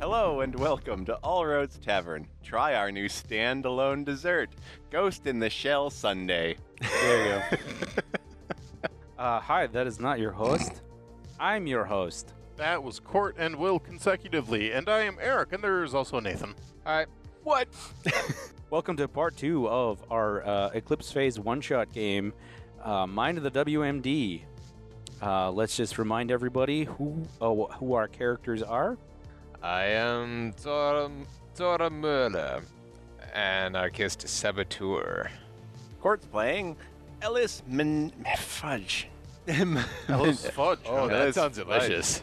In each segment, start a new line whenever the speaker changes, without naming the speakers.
Hello and welcome to All Roads Tavern. Try our new standalone dessert, Ghost in the Shell Sunday.
There you go. uh, hi, that is not your host. I'm your host.
That was Court and Will consecutively, and I am Eric, and there is also Nathan.
Hi.
What?
Welcome to part two of our uh, Eclipse Phase one shot game, uh, Mind of the WMD. Uh, let's just remind everybody who oh, who our characters are.
I am Zora, Zora Merla, an anarchist saboteur.
Court's playing Ellis Men- Fudge. Men-
Hello's fudge.
Oh,
that
that
is
sounds
fudge.
delicious.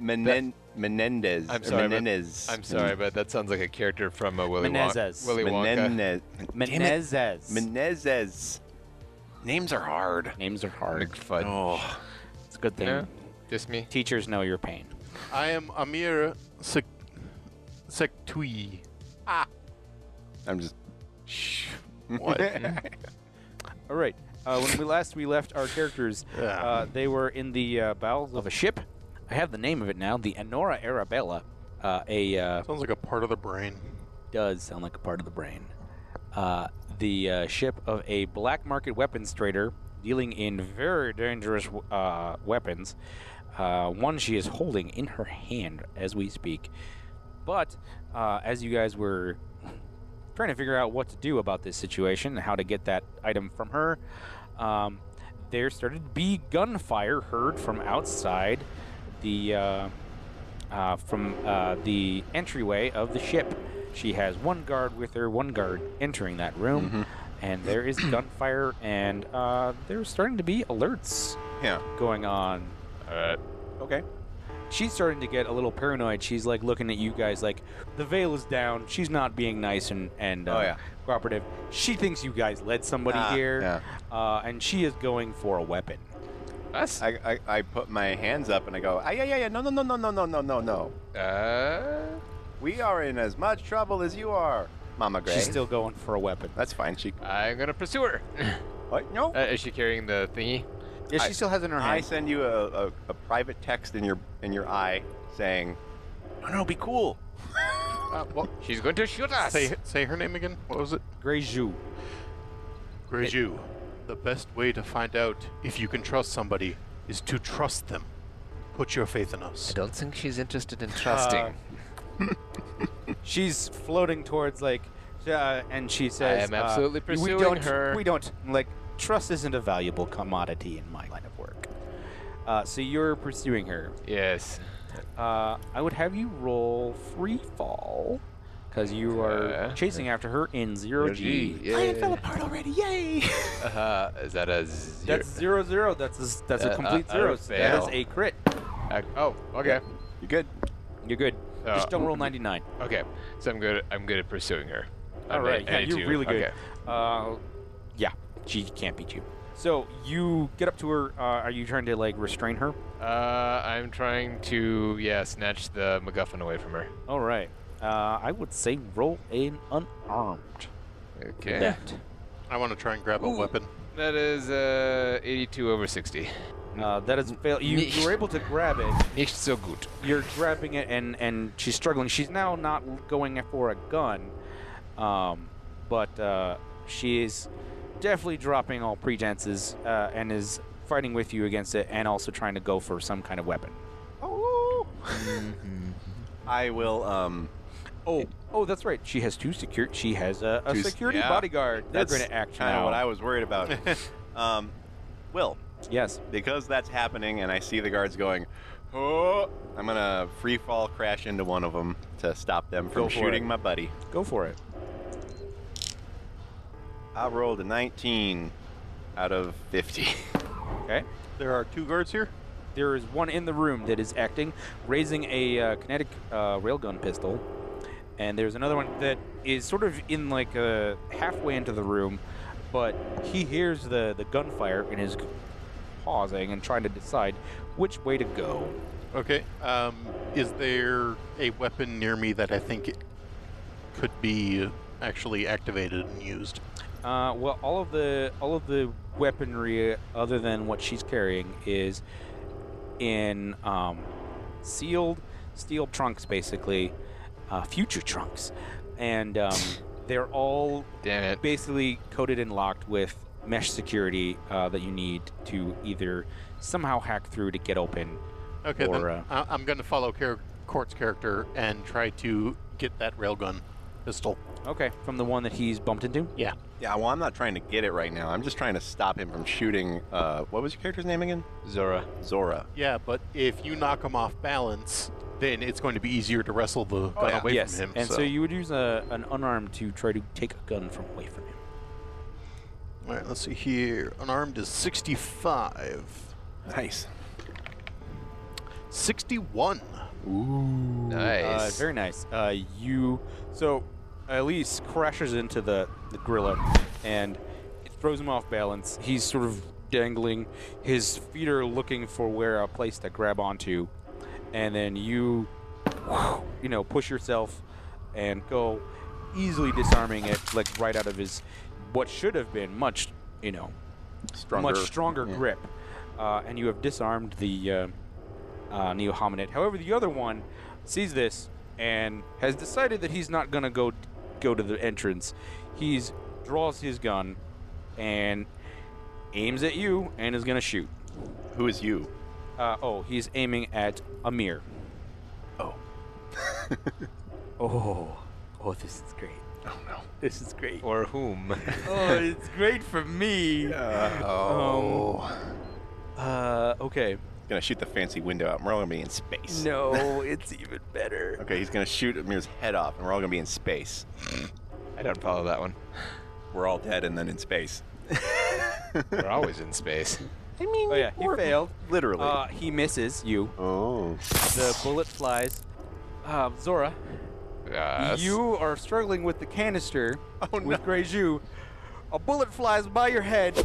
Menen- Menendez.
I'm
or
sorry, but-
Menendez.
I'm sorry, but that sounds like a character from a Willy,
Menezes.
Wonka. Willy Wonka.
Menendez. Damn it.
Menezes.
Menezes. Names are hard.
Names are hard.
McFudge.
Oh.
It's a good thing.
Yeah, just me.
Teachers know your pain.
I am Amir Sek- Sektui.
I'm just.
What?
All right. Uh, when we last we left our characters, uh, they were in the uh, bowels of a ship. I have the name of it now. The Anora Arabella. Uh, a uh,
Sounds like a part of the brain.
does sound like a part of the brain. Uh, the uh, ship of a black market weapons trader dealing in very dangerous uh, weapons. Uh, one she is holding in her hand as we speak. But uh, as you guys were trying to figure out what to do about this situation and how to get that item from her, um, there started to be gunfire heard from outside the. Uh, uh, from uh, the entryway of the ship. She has one guard with her, one guard entering that room, and there is gunfire, and uh, there's starting to be alerts
Yeah.
going on.
All
Uh,
right.
Okay.
She's starting to get a little paranoid. She's like looking at you guys, like the veil is down. She's not being nice and and uh,
Oh, yeah.
cooperative. She thinks you guys led somebody
Ah,
here,
yeah.
uh, and she is going for a weapon.
Us?
I, I, I put my hands up and I go, ah, yeah, yeah, yeah, no, no, no, no, no, no, no, no, no.
Uh,
We are in as much trouble as you are, Mama Gray.
She's still going for a weapon.
That's fine. She.
I'm gonna pursue her.
What? No.
uh, is she carrying the thingy?
Yeah, she
I-
still has it in her
I
hand.
send you a, a, a private text in your in your eye saying, "No, no, be cool."
Uh, what?
She's going to shoot us.
Say, say her name again. What was it?
Grey Zhu.
Graju. The best way to find out if you can trust somebody is to trust them. Put your faith in us.
don't think she's interested in trusting.
Um, she's floating towards like, uh, and she says,
am absolutely
uh,
pursuing
we don't,
her."
We don't like trust isn't a valuable commodity in my line of work. Uh, so you're pursuing her.
Yes.
Uh, I would have you roll free fall because you are
Okay.
chasing after her in zero G.
Yeah.
apart already. Yay!
Uh, is that a zero?
That's zero zero. That's a, s- that's
Uh,
a complete
uh,
zero.
uh,
so that is
fail.
a crit.
Uh, oh, okay.
you good?
You're good.
Uh,
Just don't roll ninety nine.
Okay, so I'm good. I'm good at pursuing her. I
All right,
made- I
yeah,
made
you're
two.
really good.
Okay.
Uh, yeah, she can't beat you. So you get up to her. Uh, are you trying to like restrain her?
Uh, I'm trying to yeah snatch the MacGuffin away from her.
All right. Uh, I would say roll an unarmed.
Okay.
That.
I want to try and grab a weapon.
That is uh 82 over 60.
Uh, that is fail. You, you were able to grab it.
Nicht so gut.
You're grabbing it, and and she's struggling. She's now not going for a gun, um, but uh, she is definitely dropping all pretenses uh, and is fighting with you against it, and also trying to go for some kind of weapon.
Oh. Mm-hmm. I will. Um.
Oh, oh, that's right. She has two secure. She has a, a
Two s-
security
yeah.
bodyguard. They're
that's
going to act
Kind
now.
of what I was worried about. um, Will,
yes.
because that's happening, and I see the guards going, "Oh!" I'm gonna free fall crash into one of them to stop them from
Go for
shooting
it.
my buddy.
Go for it.
I rolled a 19 out of 50.
Okay.
There are two guards here.
There is one in the room that is acting, raising a uh, kinetic uh, railgun pistol, and there's another one that is sort of in like uh, halfway into the room, but he hears the the gunfire and is pausing and trying to decide which way to go.
Okay. Um, is there a weapon near me that I think it could be actually activated and used?
Uh, well, all of the all of the weaponry other than what she's carrying is in um, sealed, steel trunks, basically, uh, future trunks, and um, they're all
Damn it.
basically coated and locked with mesh security uh, that you need to either somehow hack through to get open.
Okay,
Or,
then
uh,
I- I'm going to follow Car- Court's character and try to get that railgun pistol.
Okay, from the one that he's bumped into.
Yeah.
Yeah, well, I'm not trying to get it right now. I'm just trying to stop him from shooting. Uh, what was your character's name again?
Zora.
Zora.
Yeah, but if you knock him off balance, then it's going to be easier to wrestle the gun
yeah.
away
yes,
from him.
and so. you would use a, an unarmed to try to take a gun from away from him.
All right, let's see here. Unarmed is 65.
Nice.
61.
Uh,
Nice.
very nice. Uh, you so Elise crashes into the the gorilla and it throws him off balance. He's sort of dangling. His feet are looking for where a place to grab onto, and then you, you know, push yourself and go easily disarming it like right out of his what should have been much you know
Stronger.
much stronger
yeah.
grip, uh, and you have disarmed the uh, uh, neo hominid. However, the other one sees this and has decided that he's not gonna go go to the entrance. He's draws his gun and aims at you and is gonna shoot.
Who is you?
Uh, oh, he's aiming at Amir.
Oh.
Oh, oh, this is great.
Oh no.
This is great.
Or whom?
Oh, it's great for me.
Uh, oh.
Um, Uh, okay.
gonna shoot the fancy window out, and we're all gonna be in space.
No, it's even better.
Okay, he's gonna shoot Amir's head off, and we're all gonna be in space.
I don't follow that one.
We're all dead and then in space.
We're always in space.
I mean,
Oh yeah, he failed.
Literally.
Uh, he misses you.
oh.
The bullet flies. Uh, Zora,
Yes.
you are struggling with the canister
Oh,
with Greyju. A bullet flies by your head,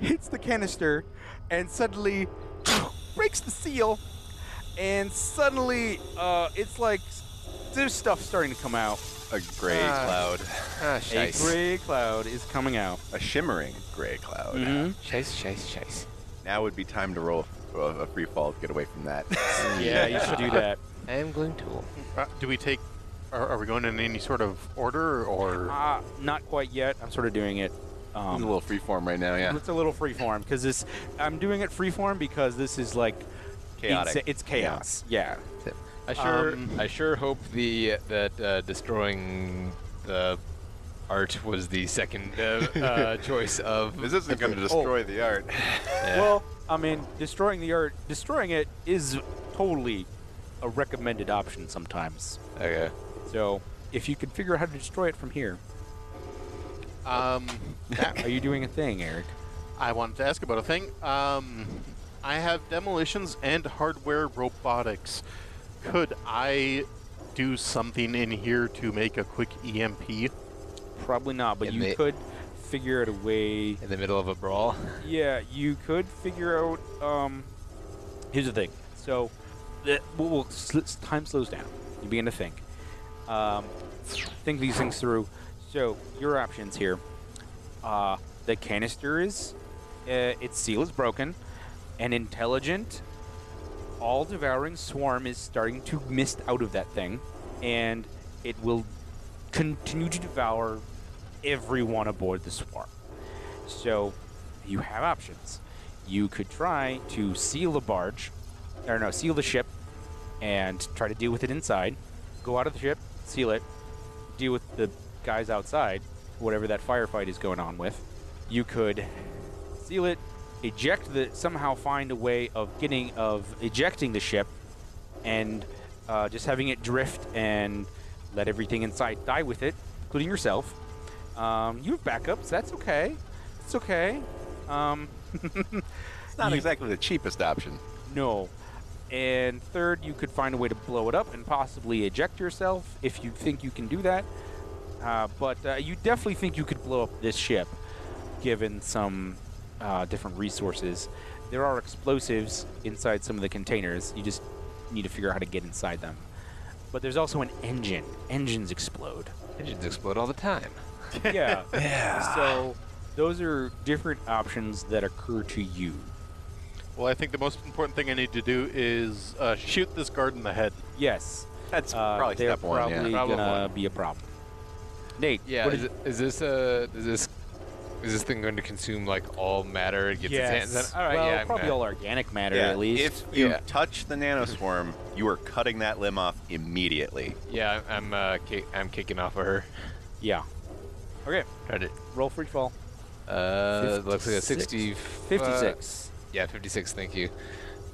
hits the canister, and suddenly breaks the seal. And suddenly, uh, it's like there's stuff starting to come out.
A gray
Ah.
cloud.
Ah, scheiß.
A gray cloud is coming out.
A shimmering gray cloud.
Mm-hmm.
Scheiß, scheiß, scheiß.
Now would be time to roll a, a free fall to get away from that.
Yeah, you should do that.
I am going to.
Uh, do we take. Are, are we going in any sort of order or.
Uh, not quite yet. I'm sort of doing it. Um,
I'm a little freeform right now, yeah.
It's a little freeform because this. I'm doing it freeform because this is like
Chaotic.
It's, it's chaos. Yeah.
I sure,
Um,
I sure hope the that uh, destroying the art was the second uh, uh, choice of. Oh,
This isn't gonna destroy
Oh.
the art.
Yeah.
Well, I mean, destroying the art, destroying it is totally a recommended option sometimes.
okay.
So if you could figure out how to destroy it from here,
Um, that-
are you doing a thing, Eric?
I wanted to ask about a thing. Um, I have demolitions and hardware robotics. Could I do something in here to make a quick E EMP?
Probably not, but
Yeah,
you
they-
could figure out a way.
In the middle of a brawl.
Yeah, you could figure out. Um, here's the thing. So, the, we'll, we'll, sl- time slows down. You begin to think, um, think these things through. So your options here: uh, the canister is, uh, its seal is broken. An intelligent, all-devouring swarm is starting to mist out of that thing, and it will continue to devour everyone aboard the swarm. So you have options. You could try to seal the barge, or no, seal the ship, and try to deal with it inside. Go out of the ship, seal it, deal with the guys outside, whatever that firefight is going on with. You could seal it, eject the somehow find a way of getting of ejecting the ship, and uh, just having it drift and let everything inside die with it, including yourself. Um, you have backups. That's okay. It's okay. Um,
It's not exactly the cheapest option.
no. And third, you could find a way to blow it up and possibly eject yourself if you think you can do that. Uh, but uh, you definitely think you could blow up this ship, given some uh, different resources. There are explosives inside some of the containers. You just need to figure out how to get inside them. But there's also an engine. Engines explode.
Engines explode all the time.
yeah. So those are different options that occur to you.
Well, I think the most important thing I need to do is uh, shoot this guard in the head.
Yes.
That's
Uh,
probably
they're
step one.
probably
yeah.
Problem
gonna
one.
be a problem. Nate,
Yeah.
what
Is,
did-
it, is this a is this is this thing going to consume like all matter? It gets its hands on. All right.
well,
yeah. I'm
probably
gonna-
all organic matter
Yeah,
at least.
If you
Yeah.
touch the nanoswarm, you are cutting that limb off immediately.
Yeah. I'm uh, ki- I'm kicking off of her.
yeah. Okay,
Tried it.
roll free fall.
Uh, looks like a
56.
60. uh,
56.
yeah, 56. Thank you.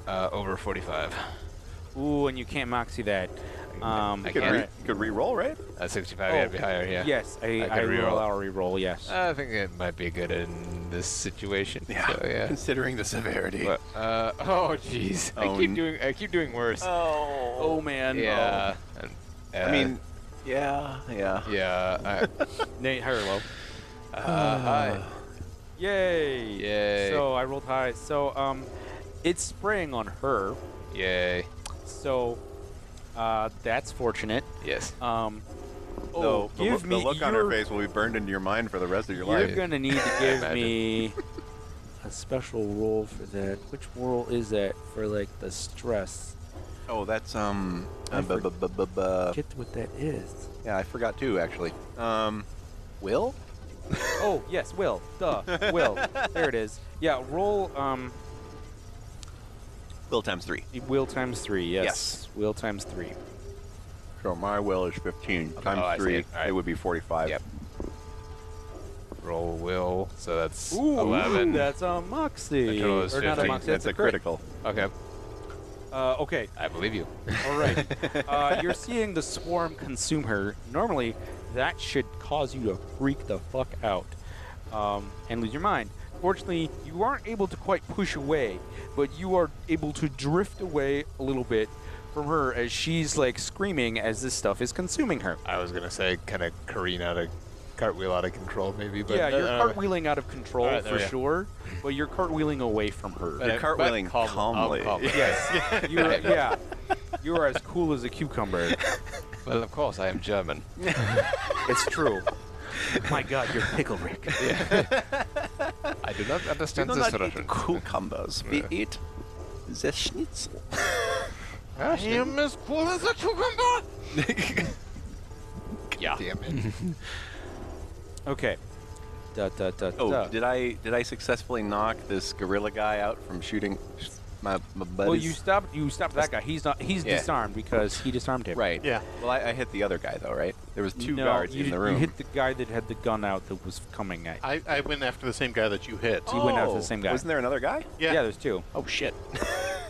Uh, over 45.
Ooh, and you can't moxie that. Um,
Uh, I
You could,
can't.
re- you could re-roll, right?
Uh, 65.
Oh,
yeah, it'd be higher. Yeah.
Yes, I,
I could
I,
reroll. Uh,
roll out a reroll, yes.
I think it might be good in this situation. So, yeah.
Considering the severity.
But, uh, oh, jeez.
Oh,
I keep
n-
doing. I keep doing worse.
oh.
oh, man.
yeah. and-
I
uh,
mean, yeah, yeah.
Yeah. I,
Oh, Nate, higher low.
uh, hi.
Yay.
Yay.
So I rolled high. So um, it's spraying on her.
Yay.
So uh, that's fortunate.
Yes.
Um,
So
oh,
the,
give
look-
me
the look on her
your-
face will be burned into your mind for the rest of your
You're
life.
gonna need to give
Imagine.
me a special roll for that. Which roll is that for like the stress?
Oh, that's um.
I
uh, bu-
for-
bu- bu- bu-
Get what that is.
Yeah, I forgot too, actually. Um, Will?
Oh yes, will. Duh, will. There it is. Yeah, roll um
Will times three.
will times three. Yes,
Yes.
will times three.
So my will is 15
oh, I
times
see
three.
it. All right.
It would be 45.
Yep. Roll will. So that's
Ooh,
11.
That's a moxie.
The total is
or not a
15.
moxie.
That's a
crit.
critical.
okay.
Uh, okay,
I believe you.
all right. uh, you're seeing the swarm consume her. Normally, that should cause you to freak the fuck out um, and lose your mind. Fortunately, you aren't able to quite push away, but you are able to drift away a little bit from her as she's like screaming as this stuff is consuming her.
I was gonna say kind of careen out of cartwheel out of control maybe, but
yeah, you're
uh,
cartwheeling out of control
All right, there
for
we go.
sure, but you're cartwheeling away from her.
but-
You're
but
cartwheeling
calm-
calmly.
I'm calm.
Yes. you are, yeah. You are as cool as a cucumber.
Well, of course I am German.
It's true. My God, you're pickle Rick.
I do not
Do
understand
not
this
eat
Russian.
cucumbers. We
Yeah.
eat the schnitzel.
I am as cool as a cucumber.
Yeah. Damn it.
Okay. Da, da, da,
Oh,
da.
did I did I successfully knock this gorilla guy out from shooting my my buddies?
well, you stopped. You stopped that guy. He's not. He's
Yeah.
disarmed because he disarmed him.
right?
Yeah.
Well, I, I hit the other guy though, right? There was two
No,
guards
you,
in the
you
room. Uh,
hit the guy that had the gun out that was coming at. you.
I, I went after the same guy that you hit.
Oh. went after the
Oh,
same guy.
Wasn't there another guy?
Yeah.
there's two.
Oh shit!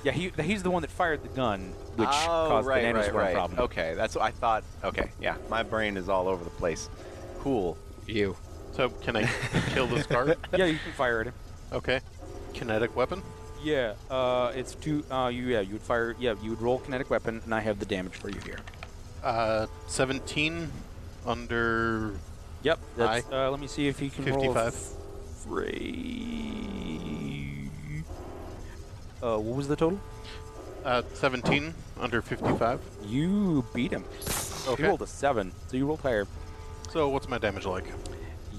Yeah, he he's the one that fired the gun, which
oh,
caused
right,
the nanoswarm
right, right.
problem.
Okay, that's what I thought. Okay, yeah, my brain is all over the place. Cool.
You.
So can I kill this guard?
Yeah, you can fire at him.
Okay. Kinetic weapon.
Yeah, uh, it's two. Uh, you yeah, you would fire. Yeah, you would roll kinetic weapon, and I have the damage for you here.
Uh, 17 under.
Yep. That's,
Aye.
uh, let me see if he can roll. a
55.
f- Three. Uh, what was the total?
Uh, 17 under 55.
You beat him.
Okay.
You rolled a seven, so you rolled higher.
So what's my damage like?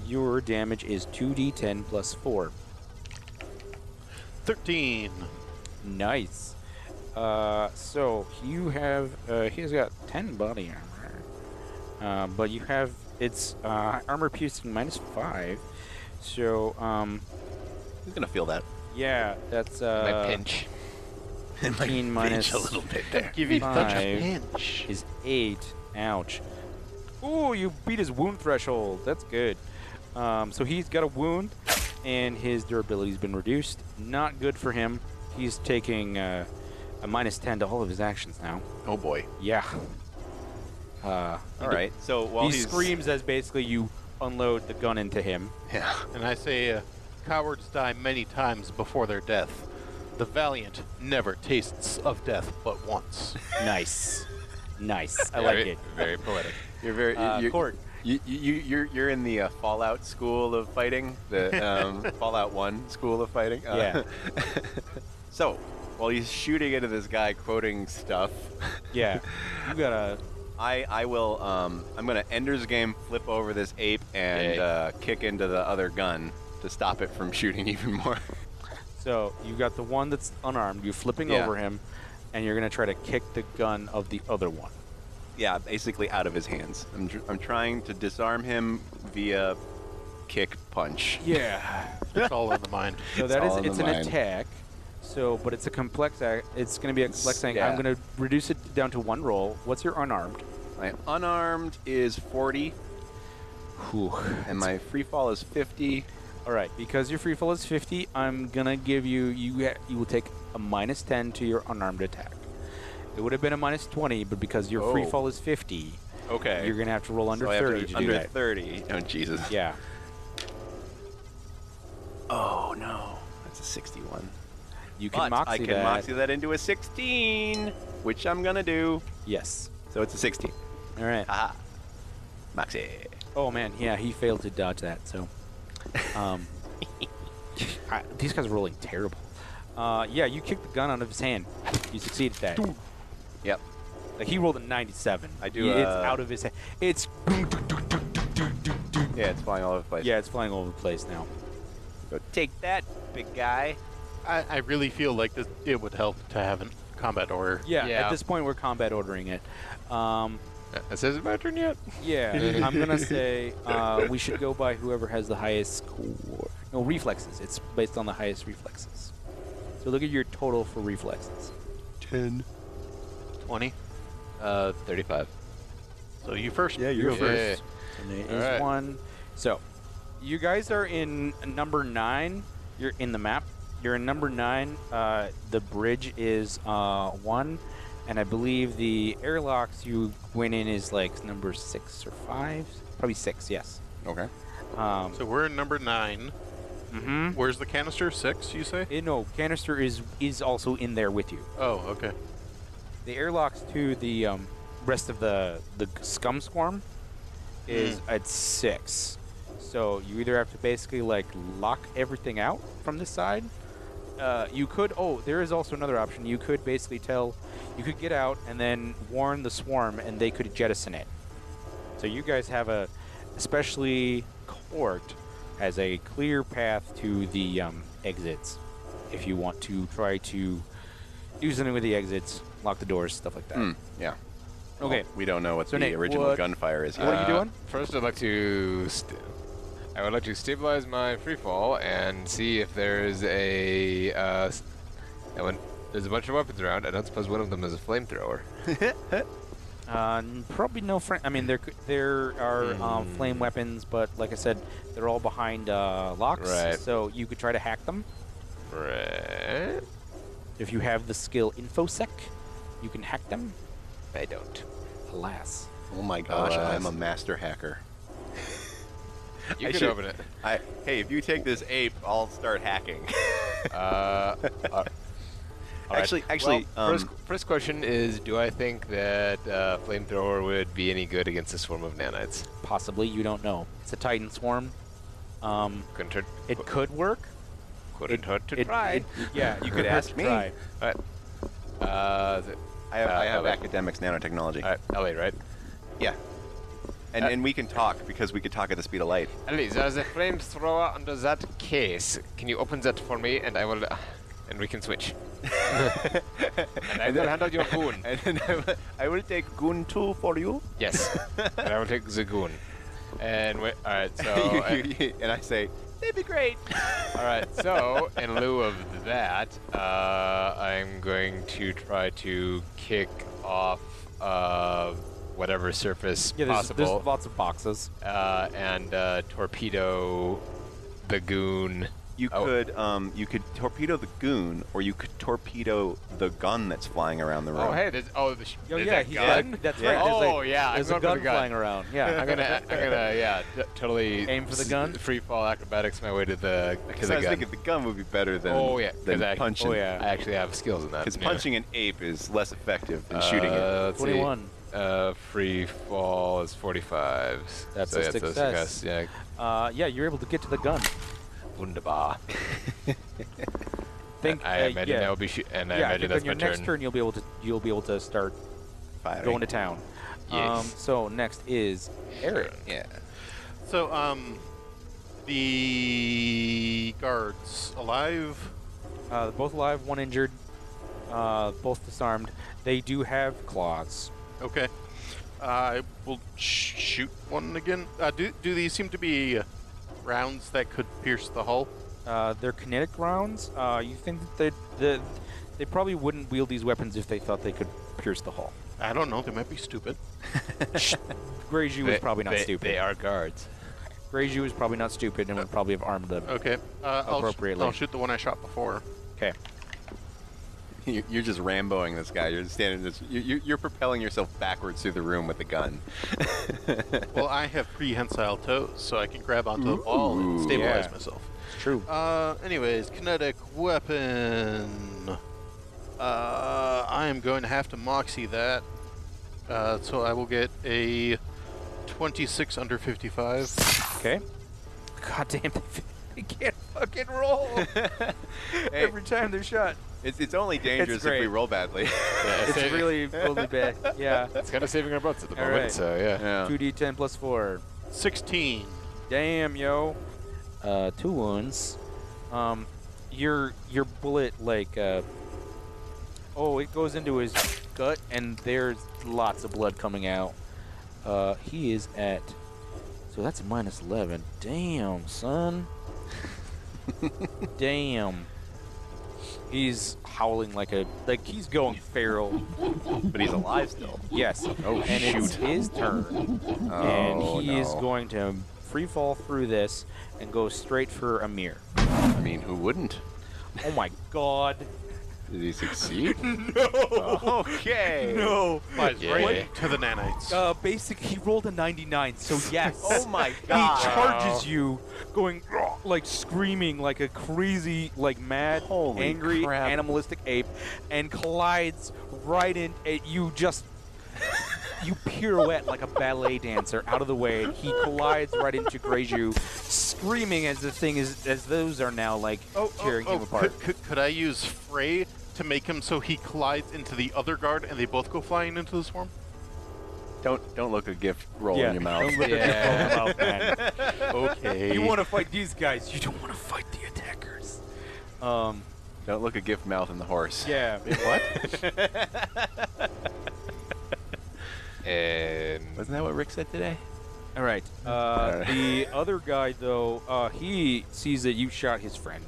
Your damage is two d10 plus four.
13.
Nice. Uh, so you have uh, he's got ten body armor, uh, but you have it's uh, armor piercing minus five. So um,
Who's gonna feel that?
yeah, that's uh,
My pinch.
It might
Fifteen minus-
pinch a little bit there.
Give you such a
Five.
pinch.
is eight. Ouch. Ooh, you beat his wound threshold. That's good. Um, so he's got a wound, and his durability's been reduced. Not good for him. He's taking uh, a minus ten to all of his actions now.
Oh boy!
Yeah. Uh,
All right. So while
he
he's
screams as basically you unload the gun into him.
yeah.
And I say, uh, cowards die many times before their death. The valiant never tastes of death but once.
Nice. nice. I like
Very-
it.
Very poetic.
You're very
Uh,
you're,
Court.
You, you, you're, you're in the uh, Fallout school of fighting, the um, Fallout 1 school of fighting. Uh, so, while he's shooting into this guy, quoting stuff,
Yeah. You got a
I, I will, um, I'm going to Ender's Game, flip over this ape, and
Yay.
uh, kick into the other gun to stop it from shooting even more.
So you got the one that's unarmed. You're flipping
Yeah.
over him, and you're gonna try to kick the gun of the other one.
Yeah, basically out of his hands. I'm, tr- I'm trying to disarm him via kick punch.
Yeah.
It's all in the mind.
So
It's
that is
all in the
it's an
mind.
attack. So, but it's a complex. Act. It's going to be a complex thing.
yeah.
I'm going to reduce it down to one roll. What's your unarmed?
My unarmed is 40,
Whew.
and my free fall is 50.
All right, because your free fall is 50, I'm gonna give you you ha- you will take a minus 10 to your unarmed attack. It would have been a minus 20, but because your free
Oh.
fall is 50,
Okay.
you're gonna have to roll under
so I have
30
to,
to, do
under
that.
30. Oh Jesus.
Yeah.
Oh no, that's a 61.
You
But
can moxie
I can
that.
moxie that into a 16, which I'm gonna do.
Yes.
So it's a 16.
All right.
Aha. Moxie.
Oh man, yeah, he failed to dodge that. So, um, I, these guys are rolling terrible. Uh, yeah, you kicked the gun out of his hand. You succeeded at that.
Yep.
Like he rolled a 97.
I do,
It's
uh,
out of his hand. It's
Yeah, it's flying all over the place.
yeah, it's flying all over the place now.
So take that, big guy.
I, I really feel like this, it would help to have a combat order.
Yeah,
Yeah.
at this point we're combat ordering it. Um,
It says it's Uh, my turn yet.
yeah, I'm gonna say uh, we should go by whoever has the highest score. No reflexes. It's based on the highest reflexes. So look at your total for reflexes.
10.
20.
Uh, 35.
So you first. Yeah,
you're
Yeah.
And there is
All right.
one. So, you guys are in number nine. You're in the map. You're in number nine. Uh, the bridge is uh, one, and I believe the airlocks you went in is like number six or five, probably six. Yes.
Okay.
Um,
So we're in number nine.
mhm.
Where's the canister? Six, you say?
Eh, no, canister is is also in there with you.
Oh, okay.
The airlocks to the um, rest of the the scum swarm is at six. So you either have to basically like lock everything out from this side. Uh, you could. Oh, there is also another option. You could basically tell. You could get out and then warn the swarm, and they could jettison it. So you guys have a, especially Corked, has a clear path to the um, exits. If you want to try to do something with the exits, lock the doors, stuff like that.
Hmm. Yeah.
Okay.
Well, we don't know what
So,
the
Nate,
original
what-
gunfire is
What are
yet.
you doing?
Uh, First, I'd like to. St- I would like to stabilize my free fall and see if there's a. Uh, s- and when there's a bunch of weapons around, I don't suppose one of them is a flamethrower.
Uh, n- probably no friend. I mean, there c- there are um,
Hmm.
flame weapons, but like I said, they're all behind uh, locks.
Right.
So you could try to hack them
Right?
if you have the skill infosec. You can hack them.
I don't.
Alas.
Oh my gosh,
Alas.
I'm a master hacker.
You
I
can
should-
open it.
I hey, if you take this ape, I'll start hacking.
Uh, all right.
Actually- actually,
Well, first,
um,
first question is: Do I think that uh, flamethrower would be any good against a swarm of nanites?
Possibly you don't know. It's a titan swarm. Um,
Couldn't, hurt-
it could work.
couldn't hurt to
It,
try.
it- yeah, you
could
could
ask me.
Try.
All right. Uh, th-
I have,
Uh,
I have
okay.
academics nanotechnology.
all right, LA, right?
Yeah. And
Uh,
and we can talk because we could talk at the speed of light.
Ali, there's a flamethrower under that case. Can you open that for me, and I will, uh, and we can switch. and I will hand out your goon.
And then I, will- I will take Gun 2 for you.
Yes, and I will take the goon. And we, all right, so
You- you- you- and I say, that'd be great.
all right, so in lieu of that, uh, I'm going to try to kick off uh, whatever surface
Yeah, there's,
possible.
there's lots of boxes.
uh, and uh, torpedo the goon.
You
Oh.
could um you could torpedo the goon, or you could torpedo the gun that's flying around the room.
Oh hey, there's oh the sh-
Oh,
there's
yeah,
that
he's
gun.
got- that's
Yeah.
right. There's
Oh,
a,
yeah, I'm
there's a
going for
gun,
the gun.
flying around. Yeah,
I'm gonna I'm gonna yeah t- totally
Aim for the
s-
gun?
Free fall acrobatics my way to the to
Because I
the
was
gun.
thinking the gun would be better than
oh yeah,
than
I,
punching.
oh, yeah.
I actually have skills in that.
Because
yeah.
punching an ape is less effective than shooting
Uh,
it.
let's see.
21.
Uh, free fall is 45.
That's
so
a
yeah, it's
success.
Yeah,
Uh, yeah, you're able to get to the gun.
wunderbar.
Think.
I
uh,
imagine
yeah.
that will be shoo- and I
yeah, I
imagine
think
that's
on your
my
next turn you'll be able to you'll be able to start
Firing.
going to town. Um,
Yes.
so next is Eric.
yeah.
So, um, the guards alive?
Uh, both alive, one injured, uh, both disarmed. They do have claws.
Okay. I will sh- shoot one again. Uh, do, do these seem to be rounds that could pierce the hull?
Uh, they're kinetic rounds. Uh, you think that they, the, they probably wouldn't wield these weapons if they thought they could pierce the hull.
I don't know. They might be stupid.
Graju was probably not
they,
stupid.
They are Uh, guards.
Graju was probably not stupid and would probably have armed them.
Okay. Uh, I'll, sh-
Appropriately.
I'll shoot the one I shot before.
Okay.
You- You're just ramboing this guy. You're standing. This, you- you, you're propelling yourself backwards through the room with the gun.
well, I have prehensile toes, so I can grab onto the ball and
Ooh,
stabilize
yeah.
myself.
It's true.
Uh, anyways, kinetic weapon. Uh, I am going to have to moxie that. Uh, so I will get a 26 under 55.
Okay. God damn, they can't fucking roll
Hey,
every time they're shot.
it's, it's only dangerous if we
great.
roll badly.
It's really, really bad. Yeah.
It's kind of saving our butts at the
All
moment.
right.
So
Yeah.
yeah.
2d10 plus 4.
16.
Damn, yo. Uh, two wounds. Um, your your bullet like uh, oh, it goes into his gut, and there's lots of blood coming out. Uh, he is at so that's a minus eleven. Damn, son. Damn. He's howling like a like he's going feral.
But he's alive still.
Yes.
Oh,
and it's his turn and he is going to free fall through this and go straight for Amir.
I mean, who wouldn't?
Oh my god.
Did he succeed?
Okay. No.
Flies
Yeah.
right to the nanites.
Uh, basically, he rolled a 99, so yes.
oh my
He
god!
charges you, going "Grr," like screaming like a crazy, like mad,
Holy
angry,
crap.
animalistic ape, and collides right in at you. Just you pirouette like a ballet dancer out of the way. He collides right into Greju, screaming as the thing is as those are now like
Oh,
tearing him apart.
Could, could, could I use Frey to make him so he collides into the other guard and they both go flying into the swarm?
Don't don't look a gift roll in your mouth.
Don't look at your phone mouth, man.
Okay.
You want to fight these guys. You don't want to fight the attackers. Um.
Don't look a gift mouth in the horse.
Yeah.
what?
And Um,
Wasn't that what Rick said today?
All right. Uh,
Alright.
The other guy, though, uh, he sees that you shot his friend,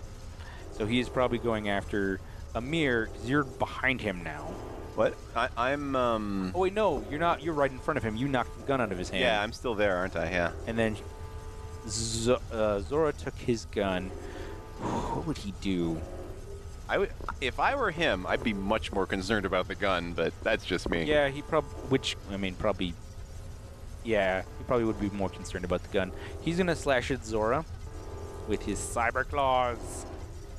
so he is probably going after Amir. 'cause You're behind him now.
What? I, I'm um.
Oh wait, no, you're not. You're right in front of him. You knocked the gun out of his hand.
Yeah, I'm still there, aren't I? Yeah.
And then Z- uh, Zora took his gun. What would he do?
I would, if I were him, I'd be much more concerned about the gun, but that's just me.
Yeah, he probably. Which I mean, probably. Yeah, he probably would be more concerned about the gun. He's gonna slash at Zora with his cyber claws.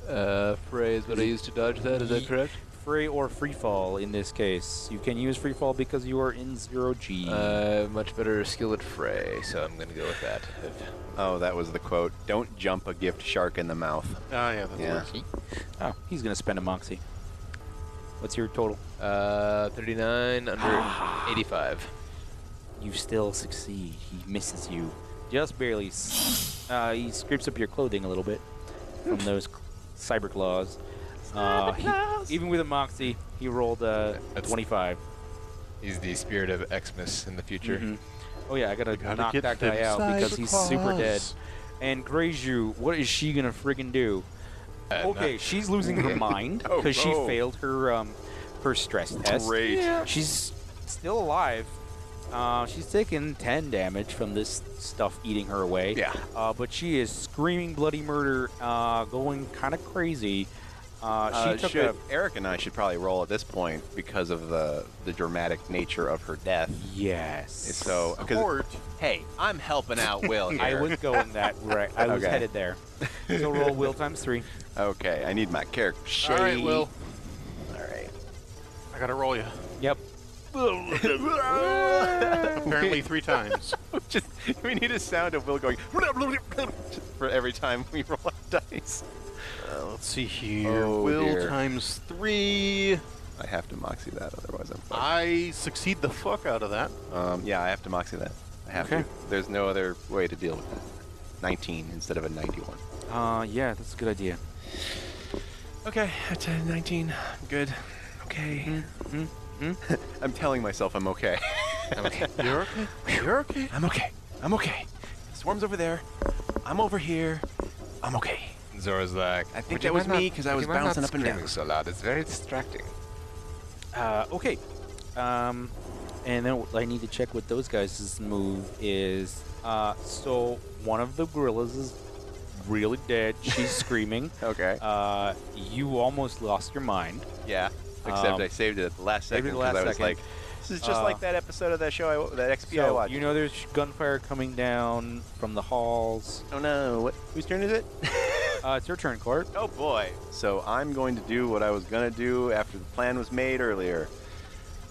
Uh, phrase what I used to dodge that, is that
Ye-
correct?
Free or free fall in this case. You can use free fall because you are in zero G.
Uh, much better skill at fray, so I'm gonna go with that.
Oh, that was the quote. Don't jump a gift shark in the mouth.
Oh, yeah, that's
Yeah.
worse.
oh, he's gonna spend a moxie. What's your total?
Uh, 39 under 85.
You still succeed. He misses you, just barely. S- Uh, he scrapes up your clothing a little bit from those c- cyber claws. Uh, he- even with a moxie, he rolled uh,
That's-
25.
he's the spirit of Xmas in the future.
Mhm. Oh yeah, I gotta,
gotta
knock
get
that
them
guy out because
cyber
he's super dead.
claws.
And Greju, what is she gonna friggin' do?
Uh,
okay, she's losing her mind
Oh,
because she
no.
failed her um, her stress test.
Great.
She's still alive. Uh, she's taken ten damage from this stuff eating her away.
Yeah.
Uh, but she is screaming bloody murder, uh, going kind of crazy. Uh, she
Uh,
took
should-
a
Eric and I should probably roll at this point because of the the dramatic nature of her death.
yes.
So, 'cause-
Court.
hey, I'm helping out Will here.
I was going that right. I was
Okay.
headed there. So roll will times three.
Okay, I need my character. sheet.
All right, Will.
All right.
I gotta roll you.
Yep.
Apparently three times.
Just we need a sound of Will going for every time we roll our dice.
Uh, let's see here.
Oh,
Will
dear.
times three.
I have to moxie that, otherwise I'm fucked.
I succeed the fuck out of that.
Um, yeah, I have to moxie that. I have
Okay.
to. There's no other way to deal with that. 19 instead of a 91.
Uh, yeah, that's a good idea.
Okay, at 10, 19, I'm good. Okay.
Mm-hmm.
I'm telling myself I'm okay.
I'm okay.
You're okay. You're okay.
I'm okay. I'm okay. Swarm's over there. I'm over here. I'm okay.
Zora's like.
I think
"Would
that
you
was
mind
me
not-
'cause I
would
was
you mind not
bouncing up and down."
screaming so loud. It's very distracting.
Uh, okay. Um, and then what I need to check what those guys' move is. Uh, so one of the gorillas is really dead. She's screaming.
Okay.
Uh, you almost lost your mind.
yeah. Except
um,
I saved it at the last
saved it
second
at the
because
last
I was
second.
like, this is just
Uh,
like that episode of that show, I, that XP I
So
watched.
you know there's gunfire coming down from the halls.
oh no, what, whose turn is it?
Uh, it's your turn, Clark.
Oh boy. So I'm going to do what I was going to do after the plan was made earlier.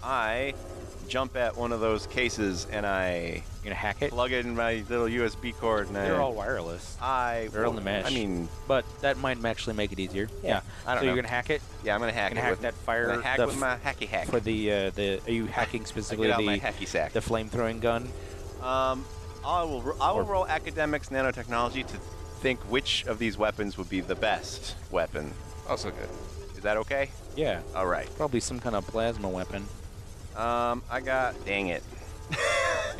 I jump at one of those cases and I
You're gonna hack it.
plug in my little USB cord and
They're
I.
all wireless,
I
they're on the mesh.
I mean,
but that might actually make it easier. Yeah.
I don't
so
know.
you're gonna hack it.
yeah, I'm gonna hack
gonna
it
hack
with
that fire-
gonna hack
the
with
f-
my hacky hack.
For the uh, the are you hacking
I get
specifically
out my
the
hacky sack.
the flamethrowing gun?
Um, I will ro- I will
Or-
roll academics nanotechnology to think which of these weapons would be the best weapon.
Also good.
Is that okay?
Yeah.
All right.
Probably some kind of plasma weapon.
Um, I got dang it.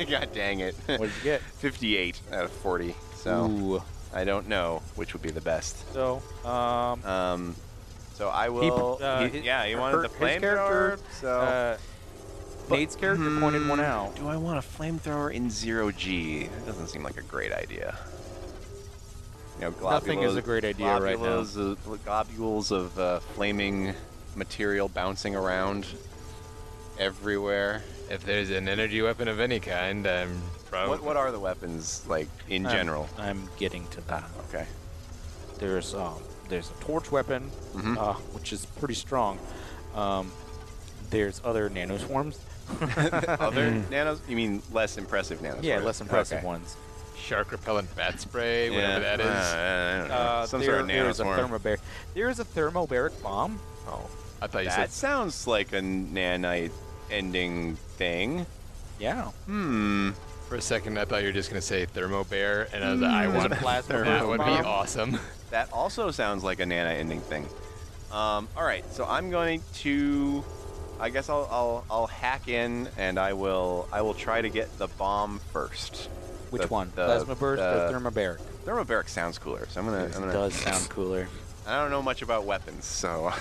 God dang it.
What did you get?
58 out of 40. So
Ooh.
I don't know which would be the best.
So, um,
Um, so I will.
uh,
he-
hi-
yeah, you
her-
wanted the
her- his character,
flamethrower. So
uh, Nate's character pointed one out.
Hmm. do I want a flamethrower in zero G? That doesn't seem like a great idea. You know,
Nothing is
globulos-
a great idea right now.
globules Of, globules of uh, flaming material bouncing around everywhere.
If there's an energy weapon of any kind, I'm probably.
What, what are the weapons like in
I'm-
general?
I'm, getting to that.
Okay.
There's um, there's a torch weapon,
Mhm.
uh, which is pretty strong. Um, there's other nanoswarms.
Other nanos? You mean less impressive nanos?
Hmm. yeah,
right?
less impressive
Okay.
ones.
Shark repellent bat spray,
Yeah.
whatever that is.
Uh, I don't know.
Uh,
Some
there,
sort of
there's a
nanoswarm.
thermobaric. There is a thermobaric bomb.
Oh, I thought you
That sounds like a nanite ending thing.
Yeah.
Hmm.
said for a second. I thought you were just gonna say thermo bear, and I was like,
Mm.
I want
plasma
That would be
bomb.
awesome.
That also sounds like a Nana ending thing. Um, all right, so I'm going to, I guess I'll, I'll I'll hack in and I will I will try to get the bomb first.
Which
The-
one?
the-
Plasma burst
the-
or thermobaric?
Thermobaric sounds cooler, so I'm gonna. I'm gonna
It does sound cooler.
I don't know much about weapons, so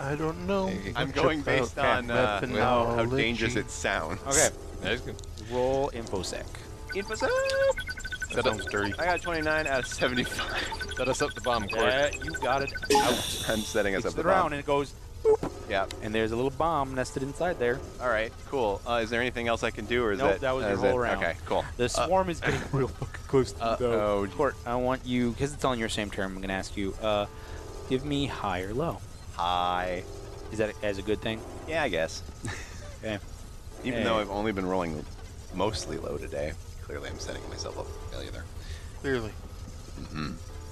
I don't know.
Hey,
I'm
much
going
about
based on uh,
weaponology.
how, how dangerous it sounds.
Okay.
That's good.
Roll infosec.
Infosec.
Set up,
I got 29 out of 75.
set us up the bomb cord.
Uh, you got it.
I'm setting us up
It's the
the
round
bomb.
and it goes,
Yeah.
and there's a little bomb nested inside there.
All right. Cool. Uh, is there anything else I can do, or is
Nope,
that?
that was your
is
whole
it?
round.
Okay. Cool.
The swarm is getting real fucking close to the
oh.
Uh, court. I want you, because it's on your same term. I'm gonna ask you, uh, give me high or low.
Hi.
Is that as a good thing?
Yeah, I guess.
Yeah.
Even
Hey.
though I've only been rolling mostly low today, clearly I'm setting myself up for failure there.
Clearly.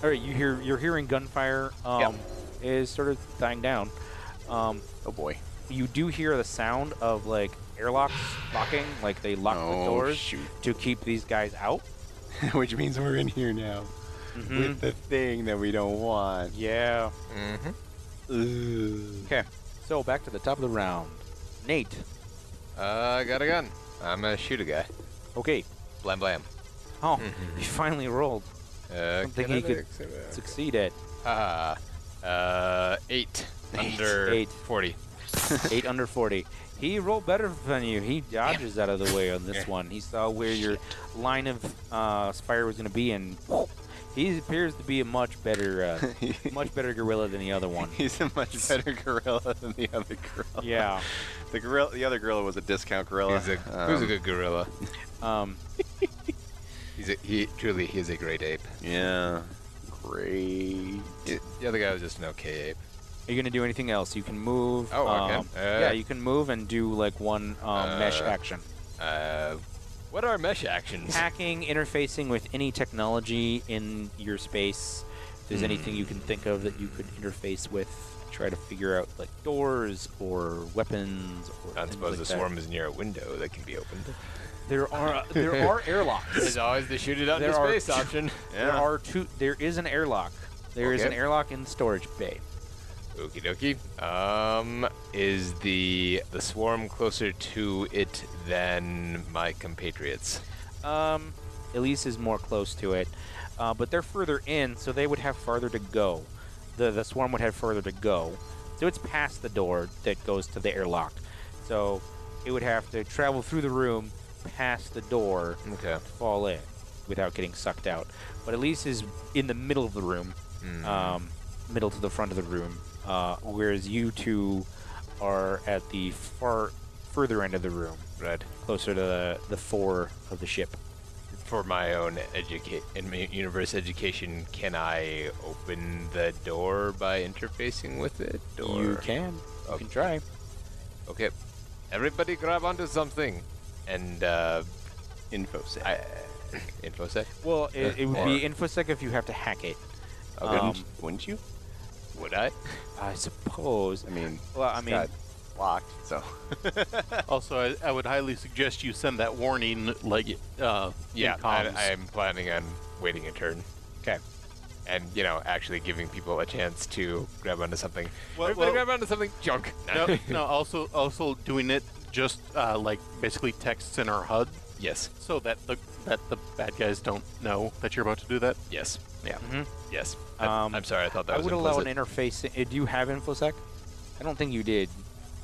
All right, you hear you're hearing gunfire. Um, is sort of dying down. Um,
Oh boy.
you do hear the sound of like airlocks locking, like they lock
oh
the doors
shoot.
to keep these guys out.
Which means we're in here now
Mhm.
with the thing that we don't want.
Yeah.
Mm-hmm.
Ugh.
Okay. So back to the top of the round. Nate.
Uh, I got a gun. I'm a shooter guy.
Okay.
Blam blam.
Oh, you finally rolled.
Uh,
Something he could
kinetics, uh,
Succeed at
Ah, uh, eight, under
Eight.
forty.
eight under forty. He rolled better than you. He dodges out of the way on this
Yeah.
one. He saw where your line of uh, fire was going to be, and he appears to be a much better, uh, much better gorilla than the other one.
He's a much better gorilla than the other gorilla.
Yeah.
The gorilla, the other gorilla was a discount gorilla.
He's a,
Um,
who's a good gorilla?
Um,
He's a, he truly he is a great ape.
Yeah. Great.
Y- The other guy was just an okay ape.
are you going to do anything else? You can move.
Oh, okay.
um,
Uh,
yeah, you can move and do like one um, mesh
Uh,
action.
Uh, what are mesh actions?
Hacking, interfacing with any technology in your space. If there's anything
Hmm.
you can think of that you could interface with, try to figure out like doors or weapons or.
I
things
suppose
like
the
that.
swarm is near a window that can be opened.
There are uh, there are airlocks.
There's always the shoot it out
There
into
are
space
two-
option.
There are two. There is an airlock. There is
Okay.
an airlock in the storage bay.
Okie dokie. Um, is the the swarm closer to it than my compatriots?
Um, Elise is more close to it, uh, but they're further in, so they would have farther to go. The the swarm would have further to go, so it's past the door that goes to the airlock. So it would have to travel through the room, past the door,
Okay.
fall in without getting sucked out. But Elise is in the middle of the room, um, middle to the front of the room, uh, whereas you two are at the far further end of the room,
Right.
closer to the, the fore of the ship.
For my own educate in my universe education, can I open the door by interfacing with it? Or
You can. You
Okay.
can try.
Okay. Everybody grab onto something. And uh
Info set.
I infosec.
Well, it, it would be
Or-
infosec if you have to hack it.
Oh, wouldn't,
um,
wouldn't you?
Would I?
I suppose.
I mean,
Well, I
it's
mean,
got blocked. So
Also, I, I would highly suggest you send that warning, like, uh, in
Yeah, I,
comms.
I'm planning on waiting a turn.
okay.
And you know, actually giving people a chance to grab onto something.
Well-
Everybody
well-
grab onto something. Junk.
no, no. Also, also doing it just uh, like basically texts in our HUD,
Yes.
so that the that the bad guys don't know that you're about to do that.
Yes.
Yeah.
Mhm.
Yes.
Um,
I, am sorry. I thought that
I
was
would allow an
implicit.
interface. uh, Do you have infosec? I don't think you did.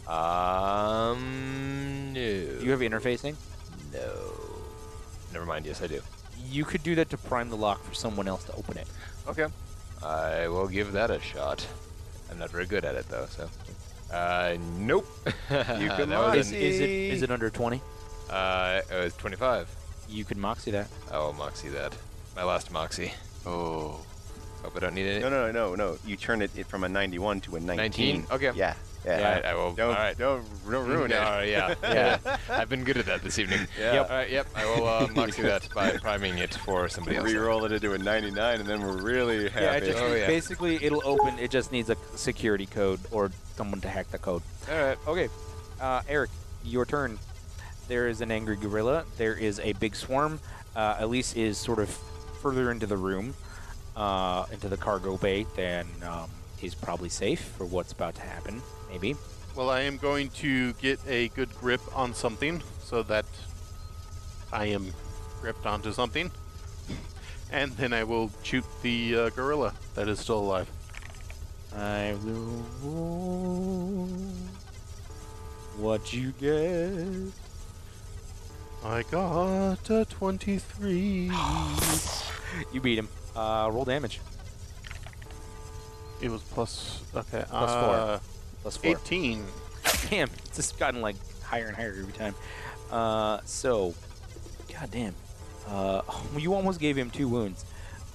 Um. No.
Do you have interfacing?
no. Never mind. Yes, I do.
You could do that to prime the lock for someone else to open it.
Okay. I will give that a shot. I'm not very good at it though, so. Uh, nope. you
can lie.
Is, is it is it under twenty?
Uh, it was 25.
You could moxie that.
I will moxie that. My last moxie.
oh
Hope I don't need any.
no no no no! You turn it, it from a 91 to a 19.
19? Okay.
Yeah. Yeah.
All right, I will.
Don't,
all right.
don't don't ruin it.
All right, yeah, yeah. I've been good at that this evening.
Yeah.
All right, yep. I will uh, moxie that by priming it for somebody else.
Reroll it into a 99, and then we're really happy.
Yeah, it just,
Oh, yeah.
basically it'll open. It just needs a security code or someone to hack the code.
All right.
Okay, uh, Eric, your turn. There is an angry gorilla. There is a big swarm. Uh, Elise is sort of further into the room, uh, into the cargo bay than um, is probably safe for what's about to happen. Maybe.
Well, I am going to get a good grip on something so that I am gripped onto something, and then I will shoot the uh, gorilla that is still alive.
I will roll. What you get?
I got a 23.
You beat him. Uh, roll damage.
it was plus okay
Plus four.
uh,
Plus four.
18.
Damn, it's just gotten like higher and higher every time. Uh, so, god damn. Uh, you almost gave him two wounds.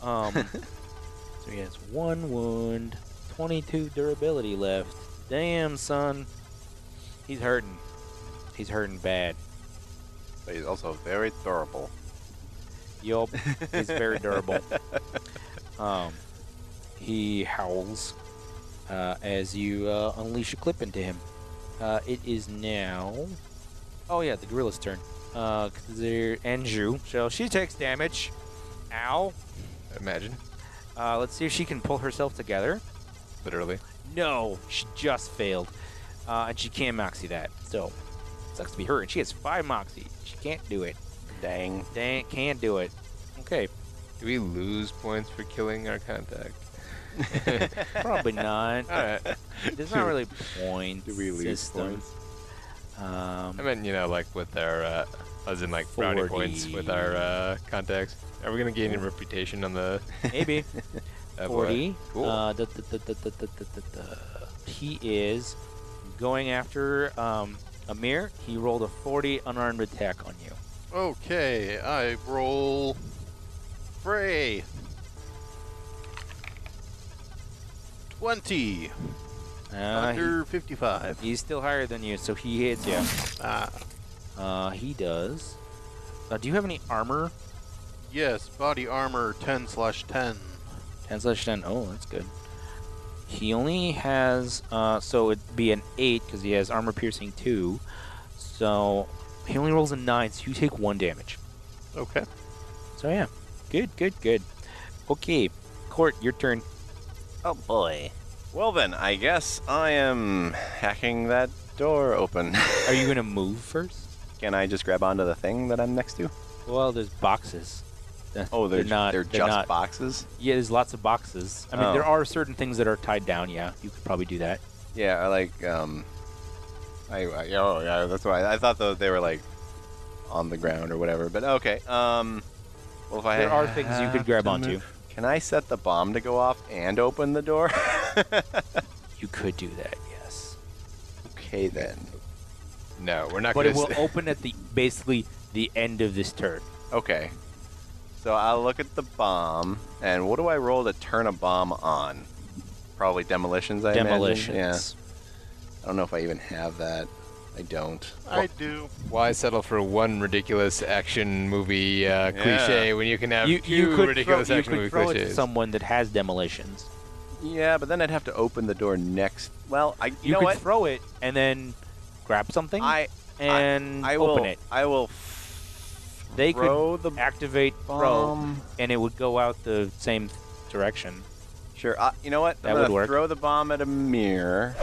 Um, so he has one wound, 22 durability left. Damn, son. He's hurting. He's hurting bad.
But he's also very durable.
Yup, he's very durable. Um, he howls uh, as you uh, unleash a clip into him. Uh, it is now. Oh yeah, the gorilla's turn. Uh, 'cause they're Anju. So she takes damage. Ow.
Imagine,
Uh, let's see if she can pull herself together.
literally.
No, she just failed, uh, and she can't moxie that. So sucks to be her. And she has five moxie. She can't do it.
Dang.
Dang, can't do it. Okay,
Do we lose points for killing our contact?
probably not.
All right.
There's not really points.
Do we lose
system.
points?
I
Um,
meant, you know, like with our, uh, as in like brownie points with our uh, contacts. Are we gonna gain any reputation on the?
maybe
Oh, boy.
forty.
Cool.
Uh, da, da, da, da, da, da, da, da, da. He is going after um, Amir. He rolled a forty unarmed attack on you.
Okay, I roll fray. 20
Uh, he-
under 55.
he's still higher than you, so he hits you.
Ah,
Uh, he does. Uh, do you have any armor?
yes, body armor 10 slash 10.
Ten slash ten. Oh, that's good. He only has uh, so it'd be an eight because he has armor piercing two. So he only rolls a nine, so you take one damage.
Okay.
So yeah, good, good, good. Okay, Court, your turn.
Oh boy.
Well then, I guess I am hacking that door open.
Are you gonna move first?
Can I just grab onto the thing that I'm next to?
Well, there's boxes.
Oh, they're,
They're not-
they're
they're
just
not-
boxes.
Yeah, there's lots of boxes. I mean,
Oh.
there are certain things that are tied down. Yeah, you could probably do that.
Yeah, I like um, I, I yeah, oh yeah, that's why I thought that they were like on the ground or whatever. But okay, um, well if I
There are things you
have
could grab
to
onto.
move- Can I set the bomb to go off and open the door?
You could do that. Yes.
okay then.
No, we're not
But
going
it
to.
will open at the basically the end of this turn.
Okay. So I'll look at the bomb, and what do I roll to turn a bomb on? Probably demolitions, I
Demolitions.
imagine. Yeah. I don't know if I even have that. I don't.
I do.
Why settle for one ridiculous action movie
Yeah.
uh, cliche when you can have
You,
two
you could
ridiculous
throw, you
action
could
movie
throw it to
cliches?
someone that has demolitions.
Yeah, but then I'd have to open the door next. Well, I you,
You,
know
could
what?
throw it and then grab something
I
and
I
open
will
it.
I will
They could
throw the
activate throw
bomb.
and it would go out the same direction.
Sure. Uh, you know what?
That
I'm
would
gonna
work.
Throw the bomb at a mirror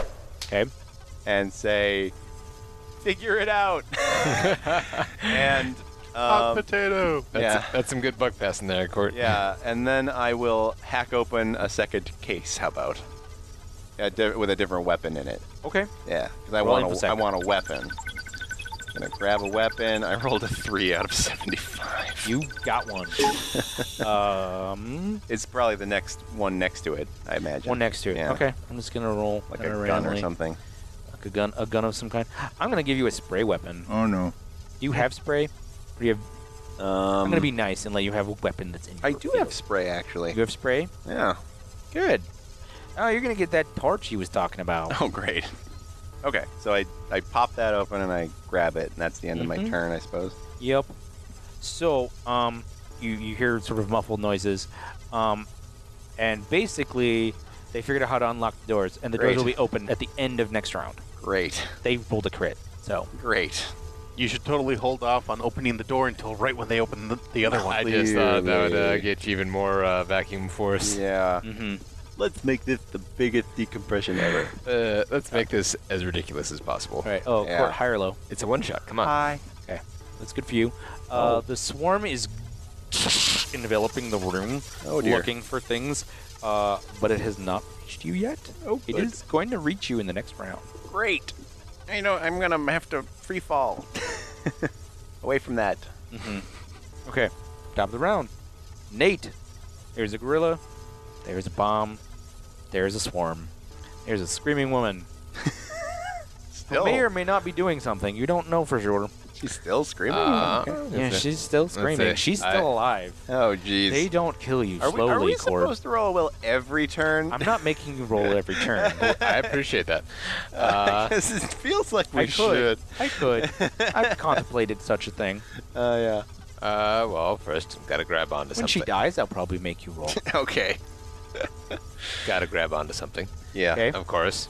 Okay.
and say, "Figure it out." and
Hot
um,
potato.
That's,
Yeah.
that's some good buck passing there, Court.
Yeah, and then I will hack open a second case. How about? A di- with a different weapon in it.
Okay.
Yeah, because I
Rolling
want
for
a, I
second.
want a weapon. gonna grab a weapon. I rolled a three out of seventy-five.
You got one. um,
It's probably the next one next to it. I imagine.
one next to it.
Yeah.
Okay. I'm just gonna roll
Like
kinda
a gun or
randomly.
something.
Like a gun, a gun of some kind. I'm gonna give you a spray weapon.
Oh no.
Do you have spray? Or do you have,
Um,
I'm gonna be nice and let you have a weapon that's in. Your
I do have spray actually.
You have spray.
Yeah.
Good. Oh, you're gonna get that torch he was talking about.
Oh great. Okay, so I I pop that open and I grab it, and that's the end of my
Mhm.
turn, I suppose.
Yep. So, um, you you hear sort of muffled noises, um, and basically they figured out how to unlock the doors, and the
Great.
doors will be open at the end of next round.
Great.
They rolled a crit, so
Great.
You should totally hold off on opening the door until right when they open the, the other one.
I just thought that would uh,
Clearly.
get you even more uh, vacuum force.
Yeah.
mm-hmm.
Let's make this the biggest decompression ever.
Uh, let's make this as ridiculous as possible.
all right. Uh, Oh,
Yeah.
court higher low.
It's a one shot. Come on.
Hi.
That's good for you. Uh,
Oh.
The swarm is enveloping the room,
Oh, dear.
looking for things, uh, but it has not reached you yet.
Oh,
It is going to reach you in the next round.
great. I know I'm gonna have to free fall away from that.
Okay, top of the round. Nate, there's a gorilla, there's a bomb, there's a swarm, there's a screaming woman.
Still,
May or may not be doing something. You don't know for sure.
she's still screaming.
Uh,
Okay.
yeah,
That's it.
she's still screaming.
it.
She's
I-
still alive.
Oh
They
jeez.
don't kill you
Are we,
slowly,
are we
Corb.
supposed to roll a will every turn?
I'm not making you roll every turn.
I appreciate that. Uh,
this is, feels like we
I could. I could. I've contemplated such a thing.
Uh,
uh, well, first, gotta grab onto
When she
something.
dies, I'll probably make you roll.
yeah. Okay.
Gotta grab onto something,
Yeah.
Okay.
of course.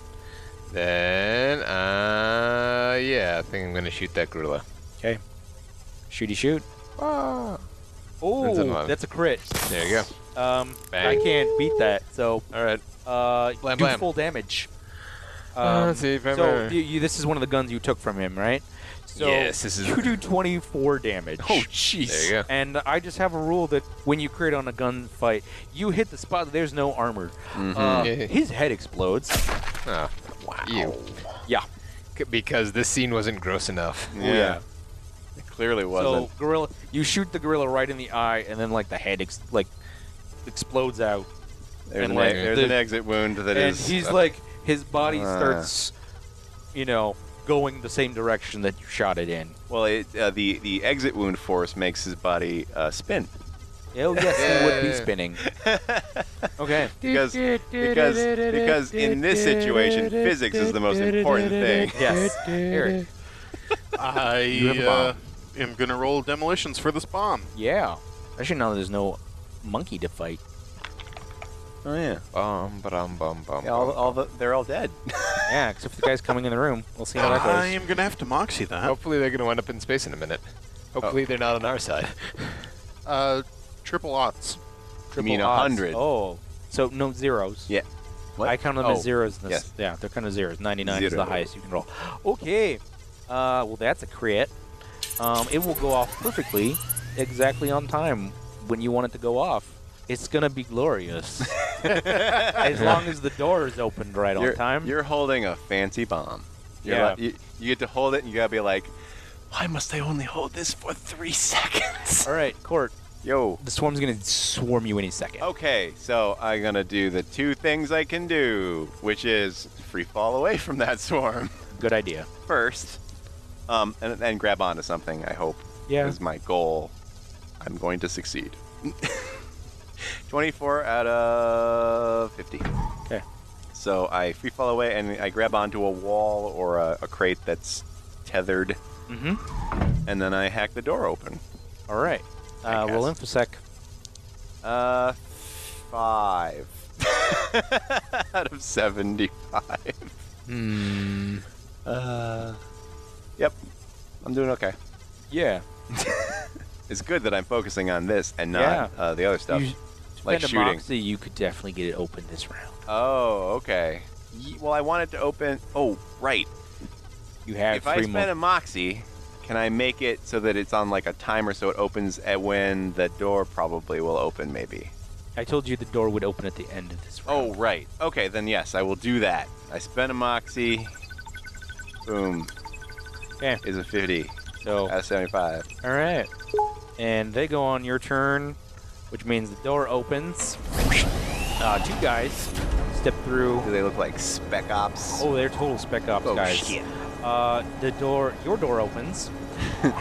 Then, uh, yeah, I think I'm gonna shoot that gorilla.
Okay. Shooty shoot.
Ah. That's an
Oh,
eleven.
that's a crit.
There you go.
Um, I
Bang.
can't beat that. So,
All right.
uh,
Blam,
do
blam.
full damage. Um,
Uh, let's see if I'm
so
a-
you, you, this is one of the guns you took from him, right? So
Yes, this is-
You do 24 damage.
Oh jeez.
There you go.
And I just have a rule that when you crit on a gunfight, you hit the spot that there's no armor.
Mm-hmm.
Uh,
Mm-hmm. Yeah.
his head explodes.
Oh, wow. You.
Yeah.
C- Because this scene wasn't gross enough.
Oh, Yeah. It clearly wasn't.
So gorilla, you shoot the gorilla right in the eye, and then like the head ex- like explodes out,
there's
and
an,
like
e- there's
the-
an exit wound that
and
is. uh,
he's like his body
Ah.
starts, you know, going the same direction that you shot it in.
well, it, uh, the the exit wound force makes his body uh, spin.
Oh yes, he would be
Yeah.
spinning. okay.
because because because in this situation, physics is the most important thing.
Yes, Eric.
I
have a
uh, am gonna roll demolitions for this bomb.
Yeah. Actually, now there's no monkey to fight.
Oh yeah,
Bum, bum, bum, bum.
all,
bum.
all the, they're all dead.
Yeah, except for the guy's coming in the room. We'll see how that
I
goes.
am gonna have to moxie that.
Hopefully, they're gonna wind up in space in a minute. Hopefully, they're not on our side.
Uh, triple odds.
mean
Triple odds.
100.
Oh, so no zeros.
Yeah. What?
I count them
Oh,
as zeros. In this.
yes.
Yeah, they're kind of zeros. 99 is the
Zero.
highest you can roll. Okay. Uh, well, that's a crit. Um, it will go off perfectly, exactly on time when you want it to go off. It's going to be glorious. as long as the door is opened right
you're,
on time.
You're holding a fancy bomb. You're
Yeah.
like- you, you get to hold it, and you gotta be like, why must I only hold this for three seconds?
All right, Court.
Yo.
The swarm's going to swarm you any second.
Okay, so I'm gonna do the two things I can do, which is free fall away from that swarm
Good idea.
first, um, and then grab onto something. I hope
Yeah.
is my goal. I'm going to succeed. 24 out of 50.
Okay.
So I free fall away and I grab onto a wall or a, a crate that's tethered,
Mm-hmm.
and then I hack the door open.
All right.
I
Uh, roll
guess.
infosec.
Uh, five out of 75.
Hmm.
Uh, yep, I'm doing okay.
Yeah.
It's good that I'm focusing on this and not uh, the other stuff.
You
like
spend a
shooting.
moxie, you could definitely get it open this round.
Oh, okay. Ye- Well, I wanted to open. Oh, right.
You have
if
three
I spend
more.
a moxie, can I make it so that it's on like a timer so it opens at when the door probably will open, maybe?
I told you the door would open at the end of this round.
Oh, right. Okay, then yes, I will do that. I spend a moxie. Boom.
Okay.
Is a 50
so
out of 75.
all right, and they go on your turn, which means the door opens. Uh, two guys step through.
Do they look like spec ops?
Oh, they're total spec ops
Oh,
guys.
shit.
Uh, the door, your door opens.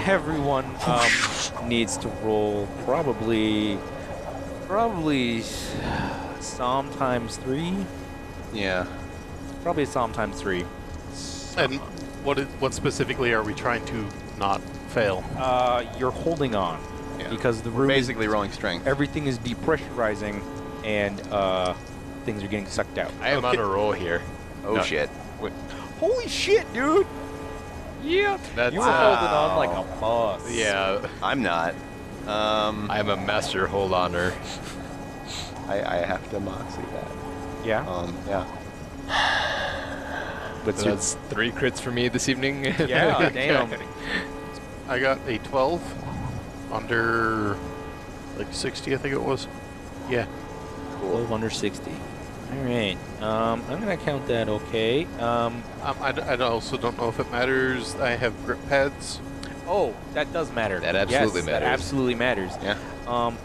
Everyone um, needs to roll probably, probably Psalm times three.
Yeah.
Probably Psalm times three.
And what is, what specifically are we trying to not fail?
Uh, you're holding on
Yeah.
because the room is
Basically rolling strength.
everything is depressurizing and uh, things are getting sucked out.
I am on a roll here.
Oh,
No.
shit.
Holy shit, dude! Yeah,
That's
you were
uh,
holding on like a boss.
yeah.
I'm not. Um,
I am a master hold oner.
I, I have to moxie that.
yeah.
Um, yeah.
But
So that's three crits for me this evening.
yeah, damn.
I got a 12 under like 60, I think it was. Yeah.
Twelve under sixty. All right. Um, I'm gonna count that. Okay. Um,
Um, I, d- I d- also don't know if it matters. I have grip pads.
oh, that does matter.
That absolutely
Yes, That
matters.
absolutely matters.
Yeah.
Um,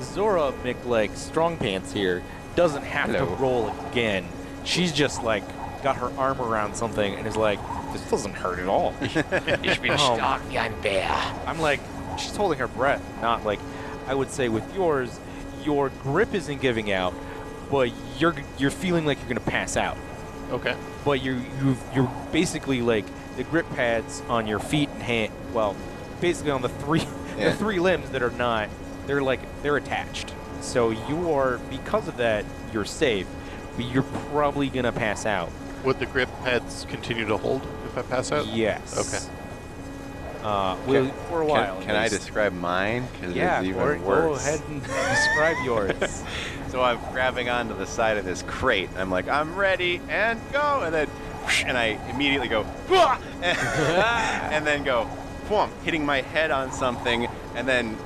Zora McLeg, strong pants here, doesn't have
Hello.
to roll again. She's just like got her arm around something and is like, this doesn't hurt at all.
Ich bin
Oh.
stark wie ein Bär.
I'm like, she's holding her breath, not like, I would say with yours, your grip isn't giving out, but you're you're feeling like you're gonna pass out.
Okay.
But you you you're basically like the grip pads on your feet and hand. Well, basically on the three
Yeah.
the three limbs that are not. They're like they're attached. So you are because of that you're safe, but you're probably gonna pass out.
Would the grip pads continue to hold if I pass out?
yes. Okay. Uh, will for a
Can-
while.
Can,
at
I
least.
describe mine? Because
Yeah,
it's even
Corey, go
worse.
ahead and describe yours.
So I'm grabbing onto the side of this crate. and I'm like, I'm ready and go, and then, and I immediately go, "Wah!" and, and then go, boom, hitting my head on something, and then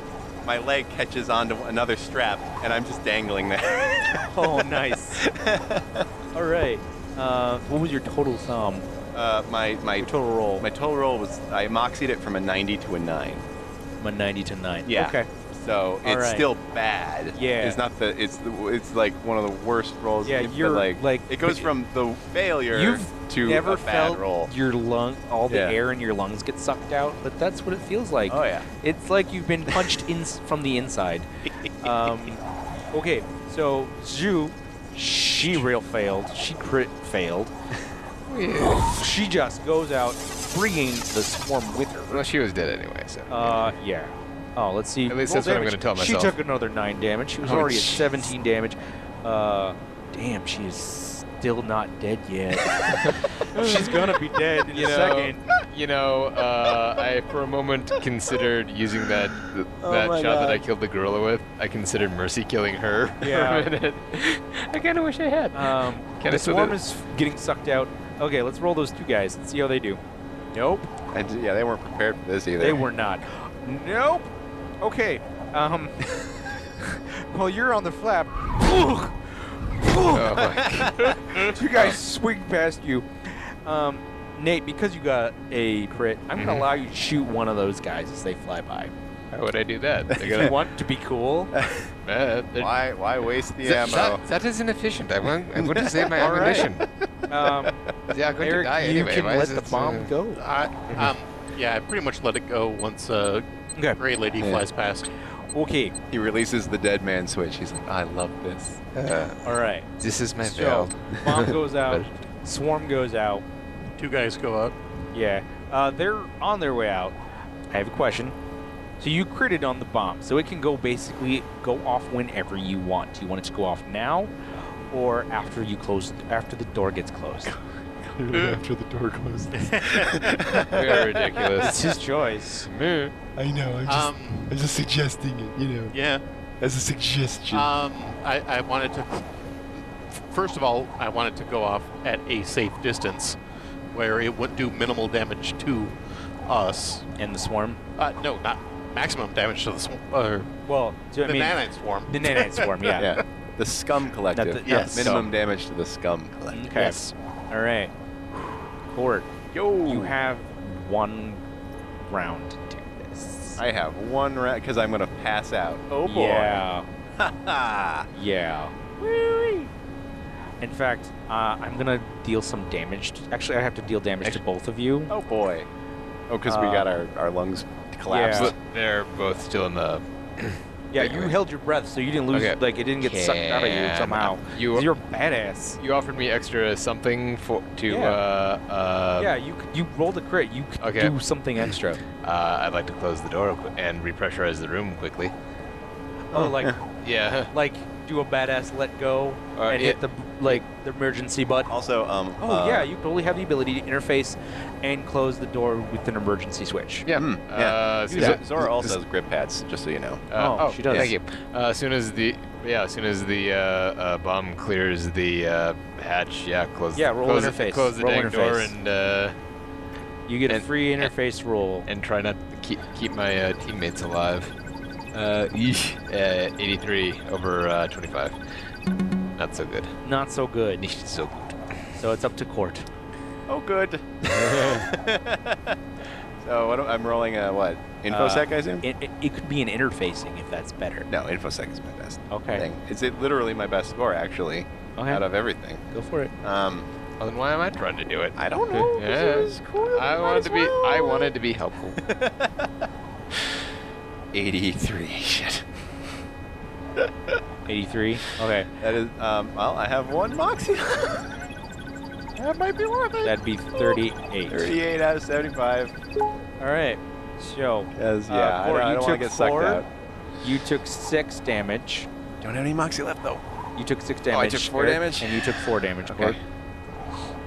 my leg catches onto another strap, and I'm just dangling there.
oh, nice. All right. Uh, what was your total sum?
Uh, my my
Your total roll?
my total roll was I moxied it from a 90 to a nine.
My 90 to 9.
Yeah.
Okay.
So
All
it's
right.
still bad.
Yeah.
It's not the. It's the, it's like one of the worst rolls.
Yeah,
but
you're, like-
it goes from the failure
You've
to
never
a bad
felt
roll.
your lung, all the
Yeah.
air in your lungs get sucked out, but that's what it feels like.
Oh yeah.
It's like you've been punched in from the inside. Um, okay, so Zhu, she real failed. She crit failed. She just goes out, bringing the swarm with her.
Well, she was dead anyway, so.
Uh, yeah. Oh, let's see.
At least
Roll
that's what I'm
damage.
gonna tell
She
myself.
took another nine damage. She was
Oh,
already
jeez.
at 17 damage. Uh, damn, she is still not dead yet. She's gonna be dead in
You
a
know,
second.
you know, uh, I for a moment considered using that that
Oh my
shot that I
God.
killed the gorilla with. I considered mercy killing her
Yeah.
for a minute. I kind of wish I had.
Um,
Can I
the
still
swarm
do-
is f- getting sucked out. Okay, let's roll those two guys and see how they do. Nope.
I d- yeah, they weren't prepared for this either.
They were not. Nope. Okay. Um. well, you're on the flap.
Oh my
Two guys
Oh.
swing past you. Um, Nate, because you got a crit, I'm gonna
Mhm.
allow you to shoot one of those guys as they fly by.
How would I do that? They're
If you
gonna,
want to be cool.
uh, they're-
Why? Why waste the
That-
ammo?
that- that is inefficient. I want, I want to save my
All right.
ammunition.
Um,
Yeah, I'm going
Eric,
to die
you
anyway.
can
Why
let
is
the
it,
bomb
uh,
go.
I, um, yeah, I pretty much let it go once a
Okay.
gray lady
Yeah.
flies past.
Okay.
He releases the dead man switch. He's like, I love this.
All right.
uh, This is my
So,
veil.
bomb goes out. Swarm goes out.
Two guys go up.
Yeah. Uh, they're on their way out. I have a question. So you critted on the bomb, so it can go basically go off whenever you want. Do you want it to go off now, or after you close after the door gets closed?
after the door closes.
We are ridiculous.
it's his choice.
Me.
I know. I'm just,
Um,
I'm just suggesting it, you know,
yeah.
as a suggestion.
Um, I, I wanted to. First of all, I wanted to go off at a safe distance, where it would do minimal damage to us.
And the swarm.
Uh, no, not maximum damage to the swarm. Uh,
Well, so I
the
mean,
nanite swarm.
the nanite swarm. Yeah.
Yeah. The scum collective.
Not the-
yes.
Minimum damage to the scum collective.
Okay. All right. Court,
Yo.
you have one round to do this.
I have one round because I'm gonna pass out. Oh
Yeah.
Yeah.
Yeah. In fact, uh, I'm gonna deal some damage. To, actually, I have to deal damage to both of you.
oh boy. Oh, because we
Uh,
got our, our lungs collapsed.
Yeah.
But they're both still in the.
yeah,
okay.
you held your breath, so you didn't lose.
Okay.
Like it didn't get sucked out of you
Can
somehow.
you-
are badass.
You offered me extra something for to.
Yeah.
Uh, uh,
yeah, you c- you rolled a crit. You could
Okay.
do something extra.
Uh, I'd like to close the door qu- and repressurize the room quickly.
oh, like
Yeah.
like do a badass let go
Uh,
and hit
it-
the like the emergency button.
Also, um.
Oh
uh,
yeah, you totally have the ability to interface and close the door with an emergency switch.
Yeah.
Hmm, yeah.
Uh,
Z-
so-
Zora also has grip pads, just so you know.
Uh,
Oh, she does.
Thank you. Uh, as soon as the yeah, as soon as the uh, uh, bomb clears the uh, hatch, yeah, close.
Yeah, roll
close,
interface,
Close the
roll
dang door
interface.
and uh,
You get a
And-
free
and-
interface roll.
and try not to keep keep my uh, teammates alive. Uh, eesh, uh, 83 over uh, 25. Not so good.
Not so good.
Eesh, So good.
So it's up to court.
Oh, good. so what, am- I'm rolling a what? InfoSec, I assume?
It, it, it could be an interfacing if that's better.
no, InfoSec is my best
Okay.
thing. It's it literally my best score, actually,
Okay.
out of everything.
Go for it.
Um,
Well, then why am I trying to do it?
I don't know. 'cause it
Yeah.
was cool.
I
might
wanted
as
to be. I
well.
wanted to be helpful.
83. Shit.
83. Okay.
That is, um, well, I have one Moxie. that might be worth it.
That'd be 38.
38 out of 75.
All right. So
Because,
Uh,
yeah, I
Cora,
don't,
you
I don't want
took
to get sucked
four.
out.
you took six damage.
Don't have any Moxie left, though.
You took six
Oh,
damage.
I took four
Eric,
damage?
And you took four damage. Court.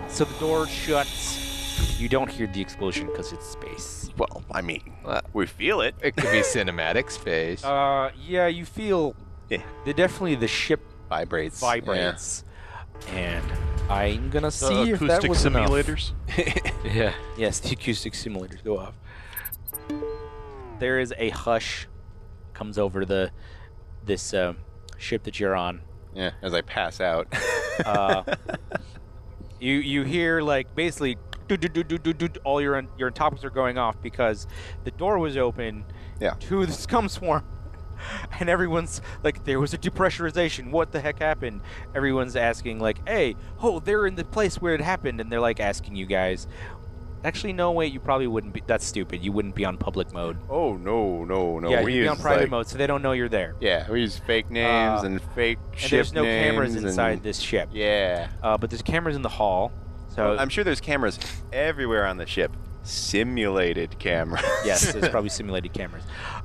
So the door shuts. You don't hear the explosion because it's space.
Well, I mean,
Well,
we feel it.
it could be cinematic space.
Uh, yeah, you feel.
Yeah.
The, definitely the ship
Vibrates.
vibrates. And I'm gonna see
The
if that
acoustic
was enough.
simulators.
yeah.
Yes, the acoustic simulators go off. There is a hush comes over the this uh, ship that you're on.
Yeah, as I pass out.
Uh, you you hear like basically do do do do do do all your your topics are going off because the door was open
Yeah.
to the scum swarm. And everyone's like, there was a depressurization. What the heck happened? Everyone's asking, like, hey, oh, they're in the place where it happened. And they're like asking you guys. Actually, no, wait, you probably wouldn't be. That's stupid. You wouldn't be on public mode.
oh, no, no, no.
yeah,
we
you'd be on
use,
private
like-
mode, so they don't know you're there.
Yeah, we use fake names
Uh,
and fake
And
ship
there's no cameras
names
inside
and-
this ship.
Yeah.
Uh, but there's cameras in the hall. So
I'm sure there's cameras everywhere on the ship. Simulated cameras.
yes, there's probably simulated cameras.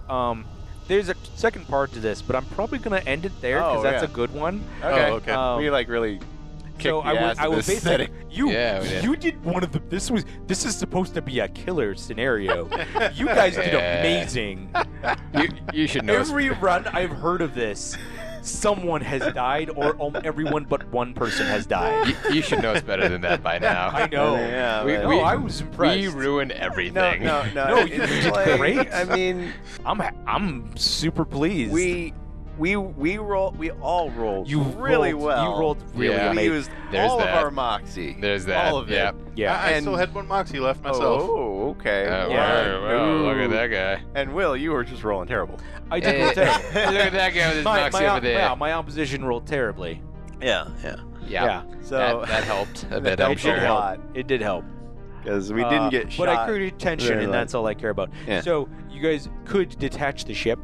Um, there's a second part to this, but I'm probably gonna end it there because
Oh,
that's
yeah.
a good one.
okay.
Oh, okay.
Um,
we like really
kicked
So
the
I
ass
would, I
of
would
this
basically
setting.
you
Yeah, we did.
you did one of the this was this is supposed to be a killer scenario. you guys did
Yeah.
amazing.
You, you should know.
Every run I've heard of this, someone has died, or om- everyone but one person has
us,
died.
you, you should know us better than that by now.
I know.
Yeah,
We,
but-
we,
No, I was
We
impressed.
ruin
No,
everything.
no, no.
No, you
it's
did
like-
great.
I mean,
I'm ha- I'm super pleased.
we we we roll. We all rolled.
you
really
rolled,
well.
You rolled really
Yeah.
We
amazing.
used
There's
all
that.
of our moxie.
There's that.
All of it.
yeah.
yeah.
I, I still
And-
had one moxie left myself.
Oh, okay.
Uh,
Yeah.
wow, wow, look at
Ooh.
that guy.
And Will, you were just rolling terrible.
I did
Hey,
roll
look
terrible.
at that guy with his
My,
moxie
my,
over
op-
there.
yeah, my opposition rolled terribly.
Yeah, yeah.
Yeah.
So
That, that helped a bit,
that
I'm
helped
sure.
a lot
It did help.
because we
Uh,
didn't get
But I
shot.
created tension,
very
and
well.
that's all I care about.
Yeah.
So you guys could detach the ship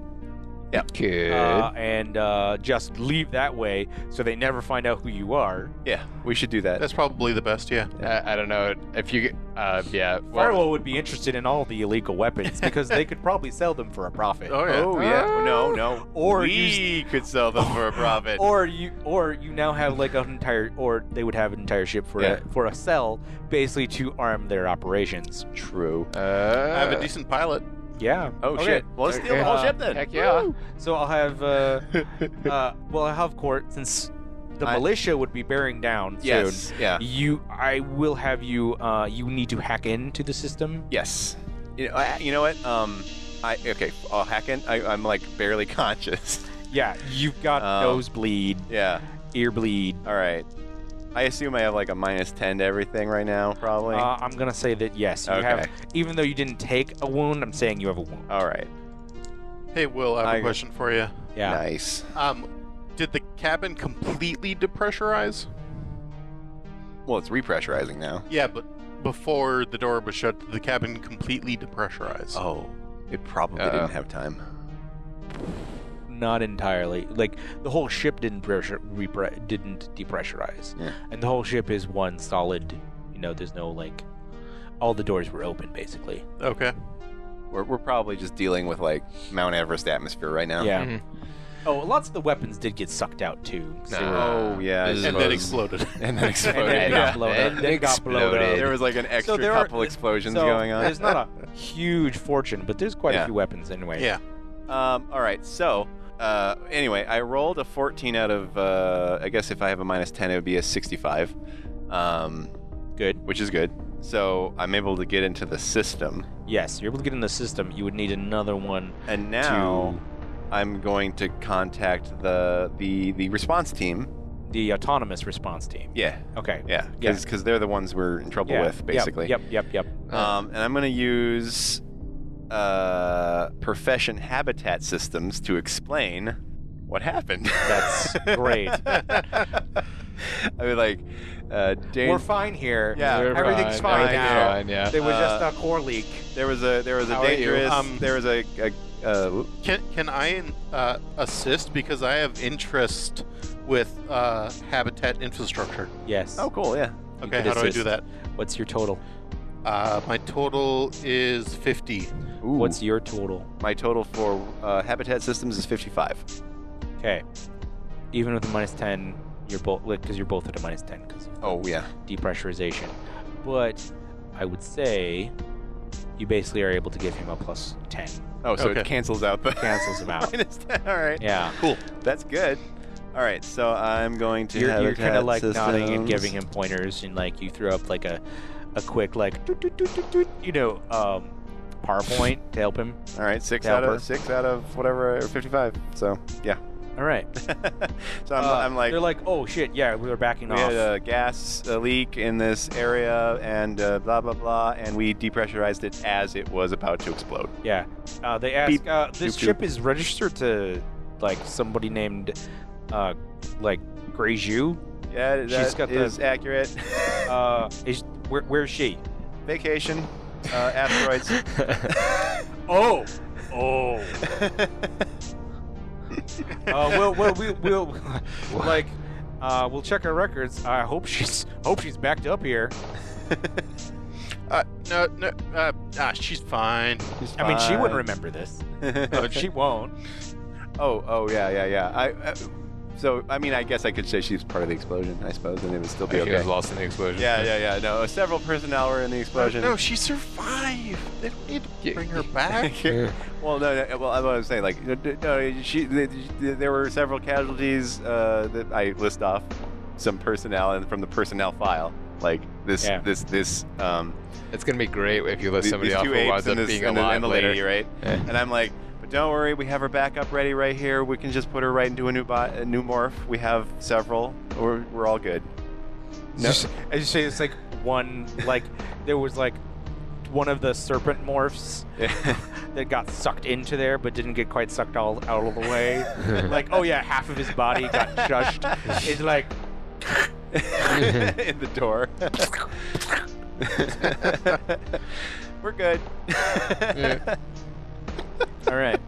Good.
uh, and uh, just leave that way, so they never find out who you are.
yeah, we should do that.
That's probably the best, yeah.
I, I don't know if you. Uh, yeah. Well,
Firewall would be interested in all the illegal weapons because they could probably sell them for a profit.
Oh, Oh. yeah.
Oh yeah, no, no.
Or
we could sell them for a profit.
Or you, or you now have like an entire, or they would have an entire ship for
Yeah.
a, for a sell, basically to arm their operations.
True.
Uh,
I have a decent pilot.
Yeah.
Oh
Okay.
shit. Well, let's steal the whole
Uh,
ship then.
Heck yeah.
So I'll have, uh, uh, well, I'll have court since the
I-
militia would be bearing down soon.
Yes. Yeah.
You, I will have you. Uh, you need to hack into the system.
Yes. You know, I, you know what? Um, I okay. I'll hack in. I, I'm like barely conscious.
Yeah, you've got
Um,
nosebleed,
yeah.
ear bleed.
All right. I assume I have like a minus ten to everything right now, probably.
Uh, I'm gonna say that yes, you have.
Okay.
Even though you didn't take a wound, I'm saying you have a wound.
All right.
Hey, Will, I have a
I-
question for you.
Yeah.
Nice.
Um, did the cabin completely depressurize?
Well, it's repressurizing now.
Yeah, but before the door was shut, did the cabin completely depressurize?
Oh, it probably
Uh-oh.
didn't have time.
Not entirely. Like the whole ship didn't pressure, repre- didn't depressurize,
Yeah.
and the whole ship is one solid. You know, there's no like. All the doors were open, basically.
Okay.
We're, we're probably just dealing with like Mount Everest atmosphere right now.
Yeah.
Mhm.
Mm-hmm.
Oh, lots of the weapons did get sucked out too. 'cause they were-
Oh yeah.
This is
I
And then exploded.
and then
And
exploded.
then got
yeah.
blown up.
And
Then got blown up.
exploded.
There was like an extra
there are-
couple explosions
so
going on.
There's not a huge fortune, but there's quite a
Yeah.
few weapons anyway.
yeah.
Um, all right. So, uh, anyway, I rolled a 14 out of, uh, I guess if I have a minus 10, it would be a 65, um,
Good.
which is good. So I'm able to get into the system.
Yes, you're able to get in the system. You would need another one
And now I'm going to contact the, the, the response team.
to the autonomous response team.
Yeah.
Okay.
Yeah. Because they're the ones we're in trouble
Yeah,
with, basically.
Yep, yep, yep. yep.
Um, and I'm going to use uh, profession habitat systems to explain what happened.
That's great.
I mean, like, uh, Dan-
We're fine here.
Yeah.
We're
Everything's fine
everything's
now.
fine, yeah.
There was
Uh,
just a core leak.
there was a there was a
How are you?
dangerous
Um,
there was a, a, uh, a
Can can I uh, assist because I have interest with uh, habitat infrastructure?
Yes.
oh cool yeah
You
Okay,
could
how do I do
assist.
that?
What's your total?
Uh, my total is fifty.
Ooh.
What's your total?
my total for uh, habitat systems is 55
Okay. Even with a minus 10, you're both because you're both at a minus 10 because
oh yeah
depressurization. But I would say you basically are able to give him a plus 10.
oh so
Okay.
it cancels out the
Cancels him out.
minus 10 all right
Yeah.
that's good all right so I'm going to
You're, you're kind
habitat
of like nodding and
systems.
giving him pointers, and like you threw up like a, a quick, like, doot, doot, doot, doot, doot, you know, um, PowerPoint to help him.
all right six
Yeah,
out
per-
of six out of whatever or 55 so yeah
All right.
so I'm,
Uh,
I'm like
they're like, oh shit, yeah, we were backing
we
off.
had a gas uh, leak in this area and uh, blah blah blah and we depressurized it as it was about to explode
Yeah. Uh, they ask,
Beep.
uh, this
Doop,
ship is registered to, like, somebody named, uh, like, Greyju.
Yeah, that is
She's got the-
accurate.
Uh, is, where, where's she?
Vacation, uh, asteroids.
Oh! Oh. uh, well, well, we, we'll, like, uh, we'll check our records. I hope she's, hope she's backed up here.
Uh, no, no, uh, ah, she's fine.
I mean, she wouldn't remember this.
remember.
she won't.
oh, oh yeah, yeah, yeah. I, uh, So, I mean, I guess I could say she's part of the explosion, I suppose, and it would still be
If She
okay.
was lost in the explosion.
Yeah, yeah, yeah. No, several personnel were in the explosion.
No, she survived. They don't need to
Yeah.
bring her back.
well, no, no, well, that's what I'm saying. Like, no, no, she, th- th- there were several casualties uh, that I list off, some personnel, and from the personnel file, like this,
Yeah.
this, this, um,
It's gonna be great if you list
th-
somebody
these
off
two
who
apes
winds up
and, this,
being
and, the,
alive
and the
later.
lady, right?
Yeah.
And I'm like, but don't worry, we have her backup ready right here. We can just put her right into a new bot, a new morph. We have several. We're, we're all good. No.
Just- I just say it's like one, like there was like one of the serpent morphs that got sucked into there, but didn't get quite sucked all out of the way. like, oh yeah, half of his body got shushed. It's like,
in the door. We're good.
all right.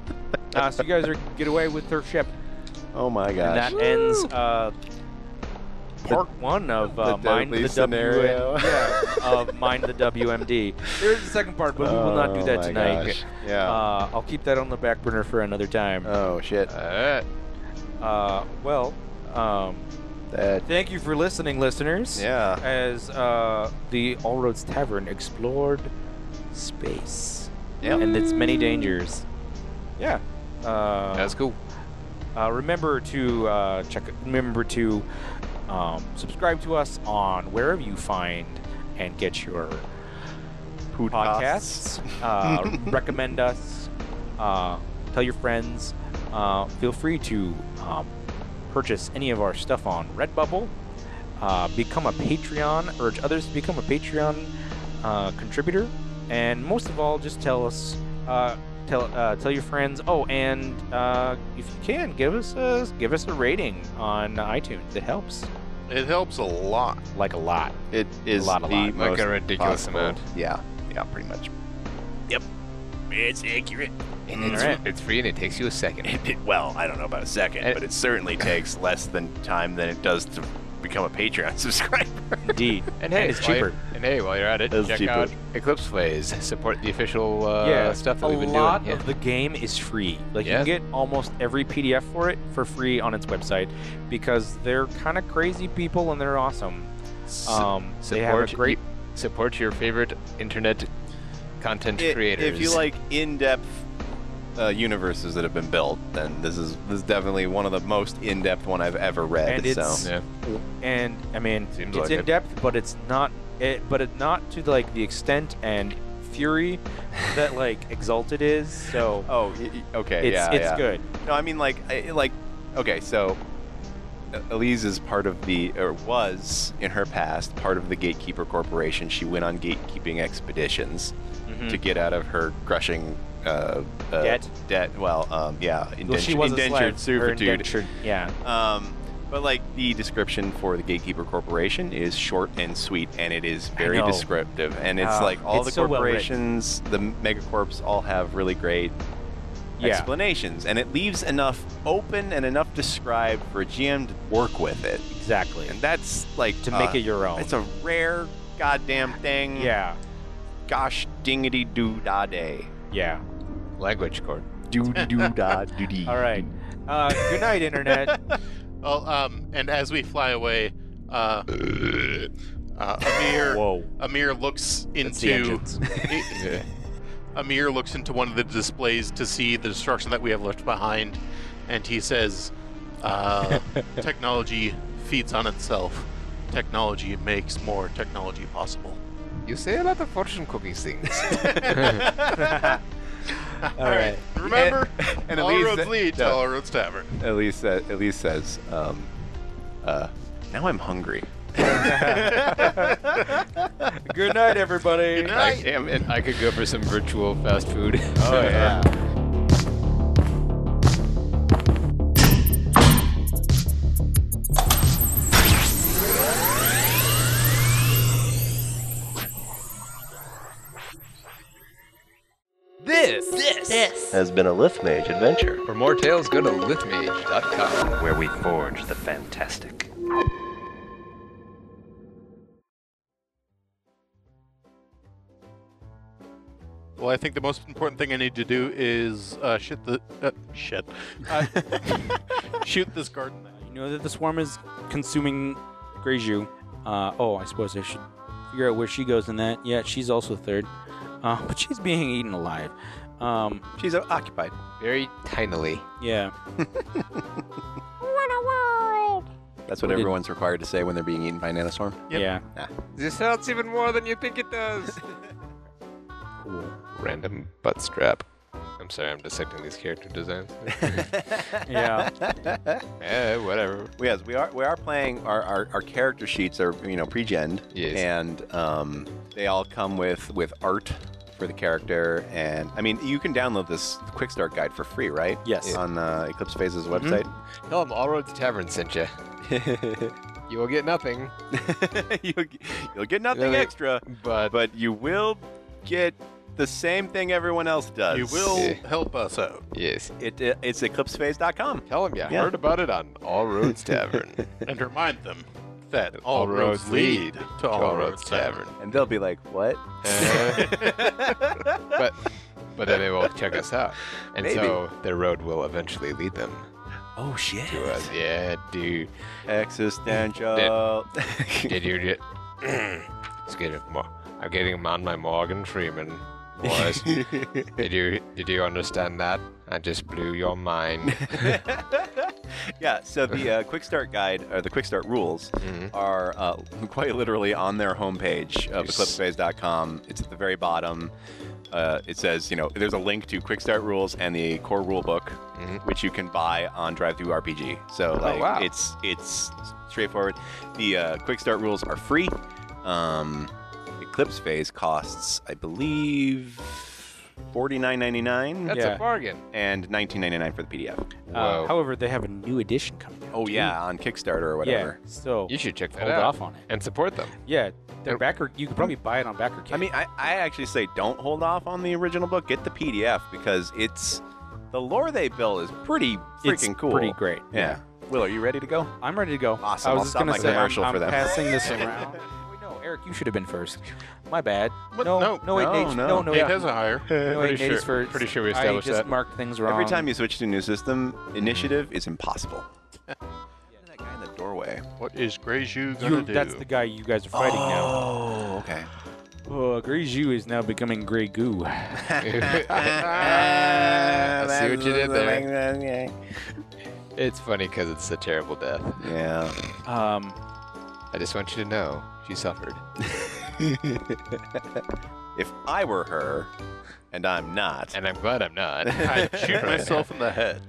Uh, so you guys are get away with their ship,
Oh my
and
gosh.
that ends uh, part one of uh,
the
Mind the
deadly
WM,
scenario.
yeah, of Mind the WMD. There is a second part, but we will not do
Oh
that
my
tonight.
gosh. Yeah.
Uh, I'll keep that on the back burner for another time.
oh shit.
Alright.
Uh, well, um,
That.
thank you for listening, listeners.
Yeah.
As uh, the All Roads Tavern explored space
Yeah.
and its many dangers. Yeah. Uh,
That's cool.
uh, remember to uh, check. Remember to um, subscribe to us on wherever you find and get your podcasts. Uh, recommend us. Uh, tell your friends. Uh, feel free to um, purchase any of our stuff on Redbubble. Uh, become a Patreon. Urge others to become a Patreon uh, contributor. And most of all, just tell us. Uh, Tell, uh, tell your friends. Oh, and uh, if you can, give us a give us a rating on iTunes. It helps
It helps a lot.
like a lot.
It is
lot, a
the
lot.
Like
most
a ridiculous
possible-
amount.
Yeah. Yeah. Pretty much.
It's accurate.
And it's,
it's- Alright.
free and it takes you a second.
well, I don't know about a second,
Eh.
but it certainly takes less than time than it does to become a Patreon subscriber.
Indeed.
And hey,
it's
while you're-
cheaper.
And hey, while you're at it,
It's
check
cheaper.
out Eclipse Phase. Support the official uh,
yeah,
stuff that
a
we've been
lot
doing.
of the game is free. Like
Yeah.
you can get almost every PDF for it for free on its website because they're kind of crazy people and they're awesome.
Su-
Um, they have a
support-
great
support your favorite internet content
I-
creators.
If you like in-depth uh, universes that have been built, then this is this is definitely one of the most in-depth one I've ever read.
And it's-
so
yeah.
and I mean
Seems
it's
like it.
in depth, but it's not it, but it not to like the extent and fury that like Exalted is. So
oh, y- y- okay,
it's
yeah,
it's
yeah.
good.
No, I mean like I, like okay, so uh, Elise is part of the or was in her past part of the Gatekeeper Corporation. She went on gatekeeping expeditions
Mhm.
to get out of her crushing uh, Mm-hmm. uh,
Debt.
Debt. Well, um, yeah, indentured,
Well, she was a
indentured
slave, or
servitude.
indentured- yeah.
Um, but like the description for the Gatekeeper Corporation is short and sweet, and it is very
know.
descriptive. And it's
Ah,
like all
it's
the
so well written.
corporations, the megacorps, all have really great
Yeah.
explanations, and it leaves enough open and enough described for a GM to work with it.
Exactly.
And that's like
to make
uh,
it your own.
It's a rare goddamn thing.
yeah.
Gosh, dingity doo da day.
Yeah.
language court.
Doo doo da doo dee.
All right. Uh, good night, internet.
Well, um, and as we fly away, uh, uh, Amir
Whoa.
Amir looks
It's the
into
engines.
Yeah.
Amir looks into one of the displays to see the destruction that we have left behind, and he says, uh, "Technology feeds on itself. Technology makes more technology possible."
You say a lot of fortune cookie things.
All right.
Remember,
and
all
Elise-
roads lead to
no.
All Roads Tavern.
Elise, sa- Elise uh, says, um, uh, now I'm hungry.
Good night, everybody.
I, damn it, I could go for some virtual fast food.
Oh, yeah.
has been a Lift Mage adventure.
For more tales, go to lithmage.com.
Where we forge the fantastic.
Well, I think the most important thing I need to do is uh, shit the uh, shit. Uh, shoot this garden.
You know that the swarm is consuming Greyju. Uh, oh, I suppose I should figure out where she goes in that. Yeah, she's also third. Uh, but she's being eaten alive. Um,
She's uh, occupied.
Very tinily.
yeah.
That's what
What did-
everyone's required to say when they're being eaten by an anoswarm.
Yep.
Yeah.
This hurts even more than you think it does. Random butt strap. I'm sorry, I'm dissecting these character designs.
Yeah. Uh,
eh, whatever.
Well, Yes, we are. We are playing. Our, our, our character sheets are you know pre-gened,
Yes.
and um, they all come with with art for the character. And I mean, you can download this quick start guide for free, right?
Yes.
On uh, Eclipse Phases website.
Tell them All Roads Tavern sent you. You will get nothing,
you'll, g- you'll get nothing
Really?
extra,
but
but you will get the same thing everyone else does.
You will
Yeah.
help us out.
yes,
It, it it's eclipsephase.com.
tell them you
Yeah.
heard about it on All Roads Tavern.
And remind them that
That
all roads lead to All Roads Tavern.
And they'll be like, what?
Uh, but but then they will check us out, and
Maybe.
so their road will eventually lead them
Oh, shit.
to us. Yeah, dude.
Existential.
Did you get? it's getting more. I'm getting him on my Morgan Freeman voice. did you did you understand that? I just blew your mind.
yeah, so the uh, quick start guide, or the quick start rules,
Mhm.
are uh, quite literally on their homepage of
Yes.
eclipsephase.com. It's at the very bottom. Uh, it says, you know, there's a link to quick start rules and the core rule book,
Mhm.
which you can buy on Drive Through RPG. So like,
wow.
it's it's straightforward. The uh, quick start rules are free. Um, Eclipse Phase costs, I believe, forty nine ninety nine
That's
Yeah.
a bargain.
and nineteen ninety nine for the PDF.
Uh,
Whoa.
however, they have a new edition coming out.
Oh
too.
yeah, on Kickstarter or whatever.
Yeah. So
You should check that
hold
out
off on it.
and support them.
Yeah, their
And-
backer. You could probably buy it on backer. Kit.
I mean, I, I actually say don't hold off on the original book. Get the PDF because it's the lore they built is pretty freaking
it's
cool.
Pretty great.
Yeah. Will, are you ready to go?
I'm ready to go.
Awesome.
I was
I'll
just
stop
gonna
my
say I'm-
commercial
I'm
for that.
passing this around. Wait, no, Eric, you should have been first. My bad.
What?
No,
No,
no, wait,
no,
Nate,
no.
no, no,
It has a higher.
no, wait,
pretty sure-
Nate's first.
pretty sure we
I
established
just
that.
marked things wrong.
Every time you switch to a new system, initiative is impossible. That guy in the doorway.
What is Greyju gonna
You,
do?
that's the guy you guys are fighting
oh, okay.
now. Oh, Greyju is now becoming Grey Goo.
Ah, I see what you did there.
there.
It's funny because it's a terrible death.
Yeah.
Um,
I just want you to know she suffered.
If I were her, and I'm not,
And I'm glad I'm not.
I'd shoot myself in the head.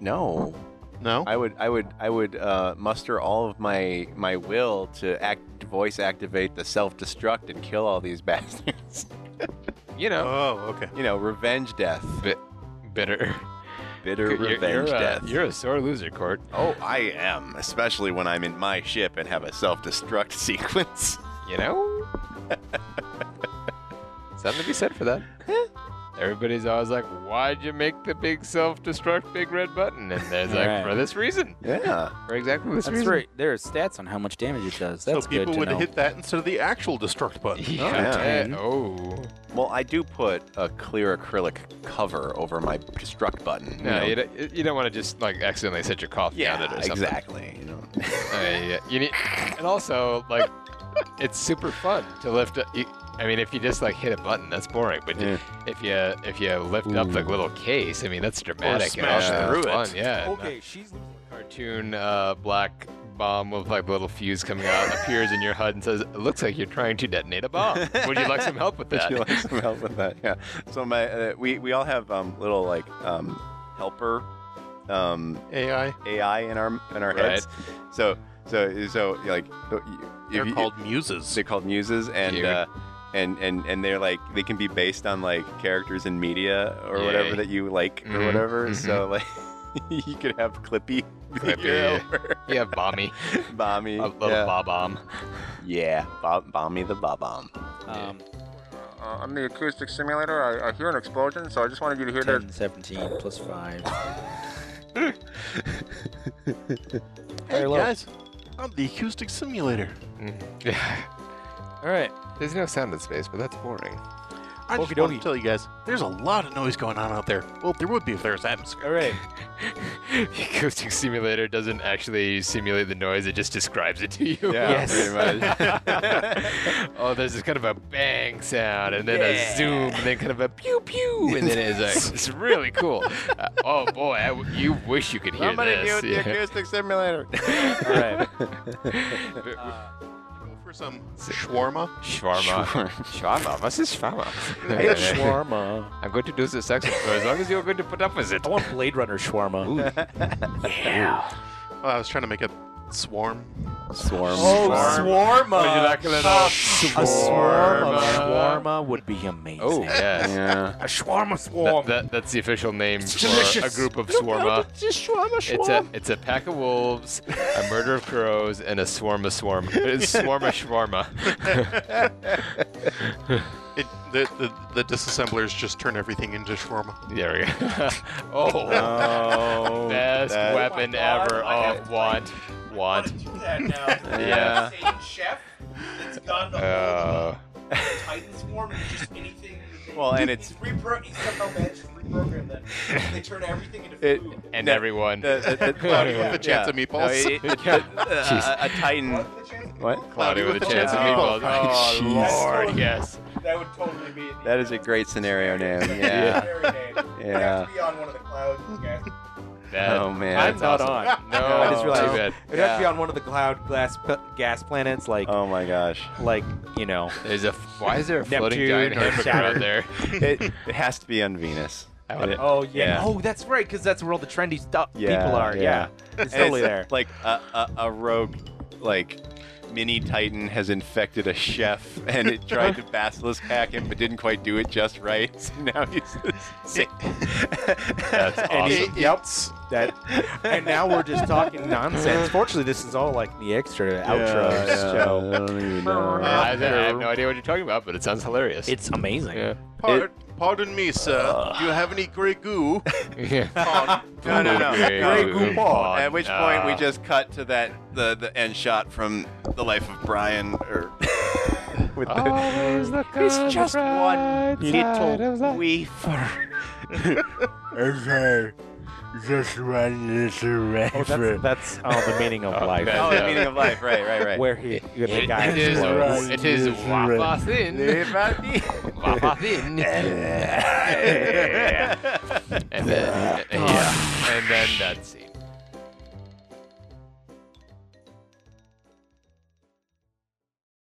no,
No?
I would, I would, I would uh, muster all of my my will to act, voice activate the self destruct and kill all these bastards.
You know,
Oh, okay.
you know, revenge death,
bitter.
bitter
You're-
revenge
you're, uh,
death.
you're a sore loser, Court.
Oh, I am, especially when I'm in my ship and have a self destruct sequence.
You know? Something to be said for that. Everybody's always like, why'd you make the big self destruct big red button? And there's like,
Right.
for this reason.
Yeah.
For exactly this
that's
reason.
right. There are stats on how much damage it does. That's
so
good
people
to
would
know.
hit that instead of the actual destruct button.
Yeah.
ten.
Eh, Oh.
Well, I do put a clear acrylic cover over my destruct button. you
No,
know.
you don't, you don't want to just like accidentally set your coffee on it or
yeah,
something.
exactly. You know.
Uh, yeah, you need, and also like, it's super fun to lift. Up, you, I mean, if you just like hit a button, that's boring. But you- if you if you lift up the little case, I mean, that's dramatic. and
smash
actually
through
fun,
it.
Yeah.
Okay, she's losing.
A cartoon uh, black bomb with like a little fuse coming out appears in your HUD and says, "It looks like you're trying to detonate a bomb. Would you like some help with that?"
Would you like some help with that? Yeah. So my uh, we we all have um, little like um, helper um,
AI.
AI in our in our heads. So so so like uh, if
They're
you-
called muses.
they're called muses and.
Cute.
Uh, and, and, and they're like they can be based on like characters in media or whatever
Yay.
that you like or
Mhm,
whatever.
mhm.
So like you could have Clippy, be your
Clippy.
helper.
You have Bomby,
Bommy,
a little
yeah,
bob bomb.
yeah. Bo- Bommy the Bob Bomb.
Um,
Uh, I'm the acoustic simulator. I, I hear an explosion, so I just wanted you to hear that.
10, 17, plus 5.
hey,
hello.
guys. I'm the acoustic simulator.
Mm. Yeah.
All right.
There's no sound in space, but that's boring.
I just
Okey
want to
dokey.
tell you guys, there's a lot of noise going on out there. Well, there would be if there was atmosphere.
All right.
Acoustic simulator doesn't actually simulate the noise; it just describes it to you.
Yeah, pretty much.
oh, there's this kind of a bang sound, and then a zoom, and then kind of a pew pew, and then it's like it's really cool. Uh, oh boy, I w- you wish you could hear
Somebody
this.
do the acoustic simulator.
All right.
Uh,
Go for some shawarma.
Shawarma. Shawarma. What's this shawarma?
shawarma.
I'm going to do this accent for as long as you're going to put up with it.
I want Blade Runner shawarma.
Oh, I was trying to make a swarm.
Swarm.
Oh, shawarma. A swarm of
Oh, Shawarma.
shawarma would be amazing.
Oh yes.
Yeah.
a shawarma
That,
swarm.
that, that's the official name for a
delicious.
group of swarma.
shawarma
It's a it's a pack of wolves, a murder of crows, and a swarm of swarm. It's swarm of shawarma.
It, the, the, the disassemblers just turn everything into shawarma.
there we go. oh,
Oh,
best
that-
weapon ever. Oh, want, want.
Yeah.
chef that's gone to
Uh,
Titan Swarm and just anything. they-
Well, and it's-
he's, repro- he's somehow managed to reprogram them. and They turn everything into
It-
food.
and
No,
everyone.
The, the, the,
Cloudy with a chance of meatballs.
it- it- uh, a, a titan.
What's the chance?
What?
Cloudy with a chance of
Oh,
meatballs. Oh,
jeez.
Lord, yes.
That would totally be. The
That is a great scenario name.
That's
Yeah.
very name. It'd
Yeah.
have to be on one of the clouds. Okay.
That,
Oh man.
I'm
that's
not
awesome.
on.
No,
I just realized-
too bad.
It'd have to be on one of the cloud glass p- gas planets, like
Um.
Oh my gosh.
like you know.
There's a f- why is there a floating
Neptune
giant
or
hamburger out
Saturn.
there?
It, it has to be on Venus.
I would-
And it-
Oh yeah.
Yeah.
Oh, that's right, because that's where all the trendy stuff
Yeah,
people are.
yeah.
Yeah, it's
and
totally there.
Like a, a, a rogue, like mini titan has infected a chef, and it tried to basilisk hack him, but didn't quite do it just right. So now he's sick.
That's awesome.
yep. That, and now we're just talking nonsense. Fortunately, this is all like the extra outros. so
I don't even know.
I, I have no idea what you're talking about, but it sounds hilarious.
it's amazing.
yeah.
Pardon, pardon me, sir. Do you have any Grey goo?
Yeah.
No, no, no.
Great
Great
Goopon.
Goopon. At which point we
Ah.
just cut to that the the end shot from the life of Brian. Or with
Oh.
the, it's just one little wafer.
Oh, that's that's uh, the meaning of
Oh,
life.
man.
Oh, the meaning of life. Right, right, right.
Where he, the
It,
guy
it is,
explodes.
it is wafa thin. Wafa thin. and then, yeah. and then that's it.